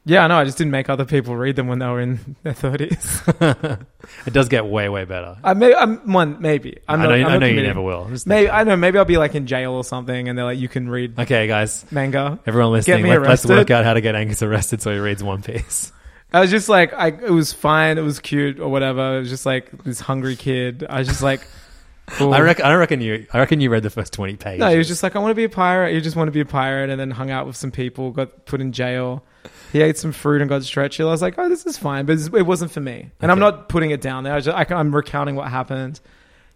Yeah, I know. I just didn't make other people read them when they were in their thirties. it does get way way better. I may, I'm one maybe. I'm I not, know, I'm I not know you committing. never will. I'm just Maybe thinking. I know. Maybe I'll be like in jail or something, and they're like, you can read Okay, guys, manga. everyone listening, me let, let's arrested. work out how to get Angus arrested so he reads One Piece. I was just like, I it was fine. It was cute or whatever. It was just like this hungry kid. I was just like, cool. I reckon. I don't reckon you. I reckon you read the first twenty pages. No, he was just like, I want to be a pirate. You just want to be a pirate, and then hung out with some people, got put in jail. He ate some fruit and got stretched. I was like, oh, this is fine, but it wasn't for me. And I'm Okay. not putting it down there. I was just, I, I'm recounting what happened.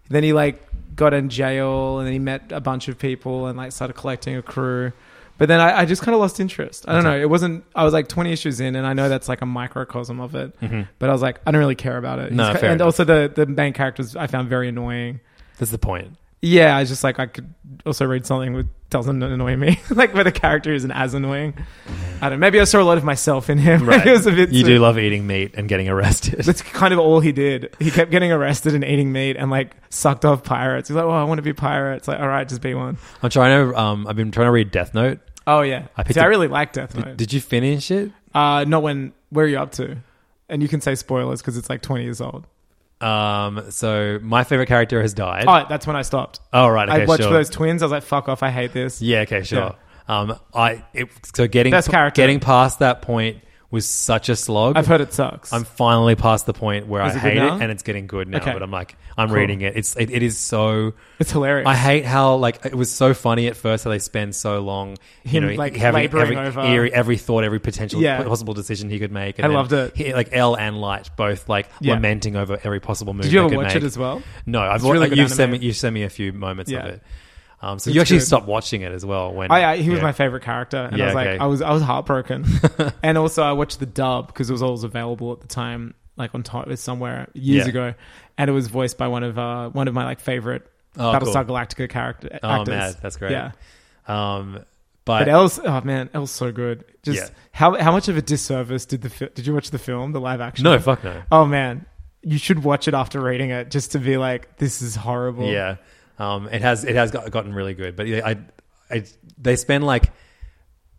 Then he like got in jail, and then he met a bunch of people, and like started collecting a crew. But then I, I just kind of lost interest. I don't know. It wasn't. I was like 20 issues in, and I know that's like a microcosm of it. But I was like, I don't really care about it. Mm-hmm. No, He's- fair and enough. also the the main characters I found very annoying. That's the point. Yeah, I was just like I could also read something that doesn't annoy me, like where the character isn't as annoying. I don't. know. Maybe I saw a lot of myself in him. it was a bit. you do love eating meat and getting arrested. That's kind of all he did. He kept getting arrested and eating meat and like sucked off pirates. He's like, "Oh, I want to be pirates." like, all right, just be one. I'm trying to. Um, I've been trying to read Death Note. Oh yeah, I I, picked See, I up- really like Death Note. Did you finish it? uh, not when. Where are you up to? And you can say spoilers because it's like twenty years old. Um, so my favorite character has died. Oh, that's when I stopped. oh right. Okay, I watched sure. those twins. I was like, "Fuck off! I hate this." Yeah. Okay. Sure. Um, I it, so getting Best character. getting past that point was such a slog. I've heard it sucks. I'm finally past the point where Is I it good hate it, now? and it's getting good now. Okay. But I'm like, I'm Cool. reading it. It's it, it is so. it's hilarious. I hate how like it was so funny at first how they spend so long, you Him, know, like, having every, labouring over- every every thought, every potential Yeah. possible decision he could make. I loved it. He, like L and Light both like Yeah. lamenting over every possible move. Did you they ever could watch make. it as well? No, I've It's a really like, good you sent me anime. you sent me a few moments of Yeah. it. Um, so It's you actually good. stopped watching it as well when I, I, Oh, he was yeah. my favorite character, and Yeah, I was like, okay. I was I was heartbroken. and also, I watched the dub because it was always available at the time, like on top, it was somewhere years Yeah. ago, and it was voiced by one of uh, one of my like favorite Oh, Battlestar cool. Galactica character Oh, actors. mad. That's great. Yeah, Um, but but Elle's oh man, Elle's so good. Just Yeah. how how much of a disservice did the fi- did you watch the film, the live action? no, fuck no. Oh man, you should watch it after reading it just to be like, this is horrible. Yeah, um, it has it has got, gotten really good, but I, I they spend like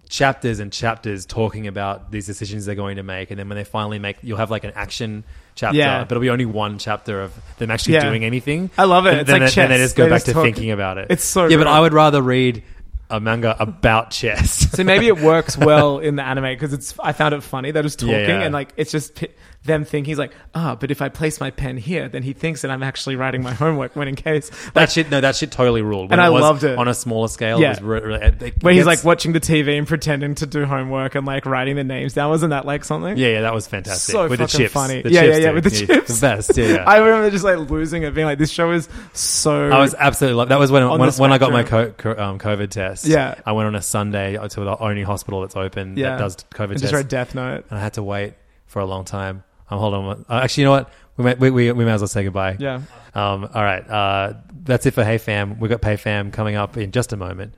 chapters and chapters talking about these decisions they're going to make, and then when they finally make, you'll have like an action chapter, Yeah. but it'll be only one chapter of them actually Yeah. doing anything. I love it. Then, It's then like they- then they chess. just go They back just to talk- thinking about it. It's so yeah, but good. I would rather read a manga about chess. So maybe it works well in the anime because it's. I found it funny. They're just talking Yeah, yeah. and like it's just p- them thinking. He's like, ah, but if I place my pen here, then he thinks that I'm actually writing my homework. When in case, that shit, no, that shit totally ruled. And I was loved it. on a smaller scale. Yeah. it was re- re- it where he's gets- like watching the TV and pretending to do homework and like writing the names down. Wasn't that like something? Yeah, yeah, that was fantastic. So with the fucking chips, funny. The yeah, chips yeah, yeah, dude. with the chips. the best. Yeah, yeah. I remember just like losing it, being like, this show is so. I was absolutely like that was when On when, the when I got my co- spectrum. co- um, COVID test. Yeah. I went on a Sunday to the only hospital that's open yeah. that does I COVID Just tests, read Death Note. and I had to wait for a long time. I'm holding on. Uh, actually, you know what? We may, we, we, we may as well say goodbye. Yeah. Um. All right. Uh. That's it for Hey Fam. We got Pay Fam coming up in just a moment.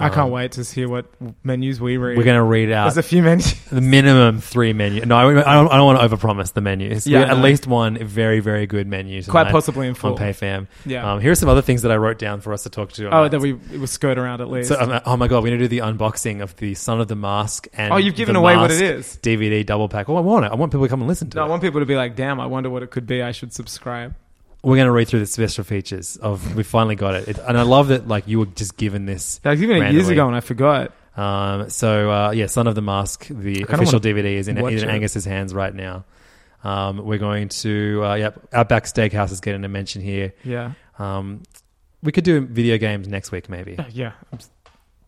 I can't Um, wait to see what menus we read. We're gonna read out There's a few menus. the minimum three menus. No, I I don't, I don't want to overpromise the menus. Yeah, Yeah, at no. least one very, very good menu. Quite tonight possibly in full. on PayFam. Yeah. Um, here are some other things that I wrote down for us to talk to. Oh, that we we skirt around at least. So, um, oh my god, we're gonna do the unboxing of the Son of the Mask and Oh, you've given The away what Mask it is. DVD double pack. Oh, I want it. I want people to come and listen to No, I it. want people to be like, damn, I wonder what it could be. I should subscribe. We're gonna read through the special features of. We finally got it, it and I love that. Like you were just given this. That was even years randomly. ago and I forgot. Um, so uh, yeah, Son of the Mask, the kinda official wanna DVD is in, watch is in it. Angus's hands right now. Um, we're going to uh, yep, Outback Steakhouse is getting a mention here. Yeah. Um, we could do video games next week, maybe. Yeah. I'm s-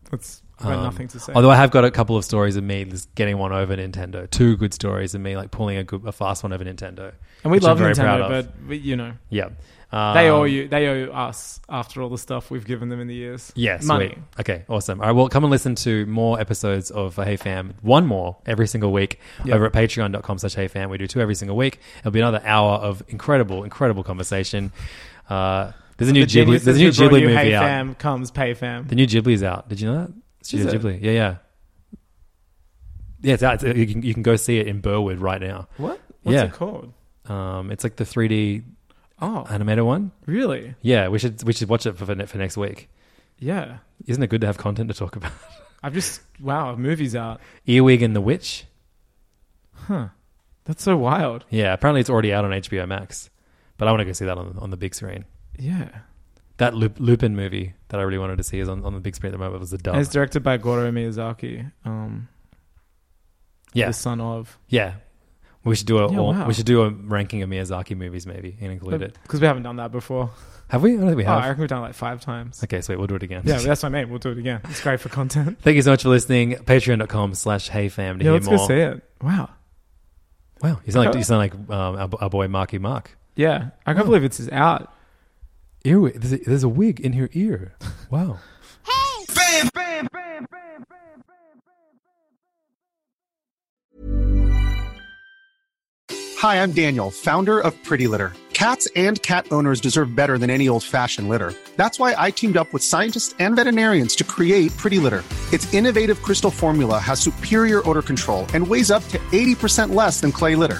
That's I've got Um, nothing to say. Although I have got a couple of stories of me just getting one over Nintendo. Two good stories of me like pulling a, good, a fast one over Nintendo. and we which I'm love very proud Nintendo, of. but we, you know, Yeah, um, they owe you. They owe us after all the stuff we've given them in the years. Yeah, sweet. money. Okay, awesome. All right, well, come and listen to more episodes of Hey Fam, one more every single week Yeah. over at patreon.com slash Hey Fam. We do two every single week. It'll be another hour of incredible, incredible conversation. Uh, there's a new The Ghibli, geniuses there's a new who brought Ghibli you movie hey out. Fam comes pay fam. The new Ghibli's out. Did you know that? Studio it? Ghibli. Yeah, yeah. Yeah, it's out. It's- you, can, you can go see it in Burwood right now. what? What's Yeah. it called? Um, it's like the 3D Oh, animated one. really? Yeah, we should we should watch it for, for ne- for next week. Yeah. Isn't it good to have content to talk about? I've just wow, movies out. Earwig and the Witch. That's so wild. Yeah, apparently it's already out on HBO Max, but I want to go see that on on the big screen. Yeah. That Lup- Lupin movie that I really wanted to see is on, on the big screen at the moment. Was the dub? And it's directed by Goro Miyazaki. Um, yeah, the son of. yeah. We should do a Yeah, or- wow. we should do a ranking of Miyazaki movies maybe and include it. Because we haven't done that before. Have we? I don't think we Oh, have. I reckon we've done it like five times. okay, sweet. We'll do it again. Yeah, but that's what I mean. We'll do it again. It's great for content. Thank you so much for listening. Patreon.com slash heyfam to yeah, hear let's more. go see it. Wow. Wow, you sound like you sound like um, our, b- our boy Marky Mark. Yeah, I can't believe it's is out. Earwig. There's a, there's a wig in her ear. Wow. Hi, I'm Daniel, founder of Pretty Litter. Cats and cat owners deserve better than any old fashioned litter. That's why I teamed up with scientists and veterinarians to create Pretty Litter. Its innovative crystal formula has superior odor control and weighs up to 80% less than clay litter.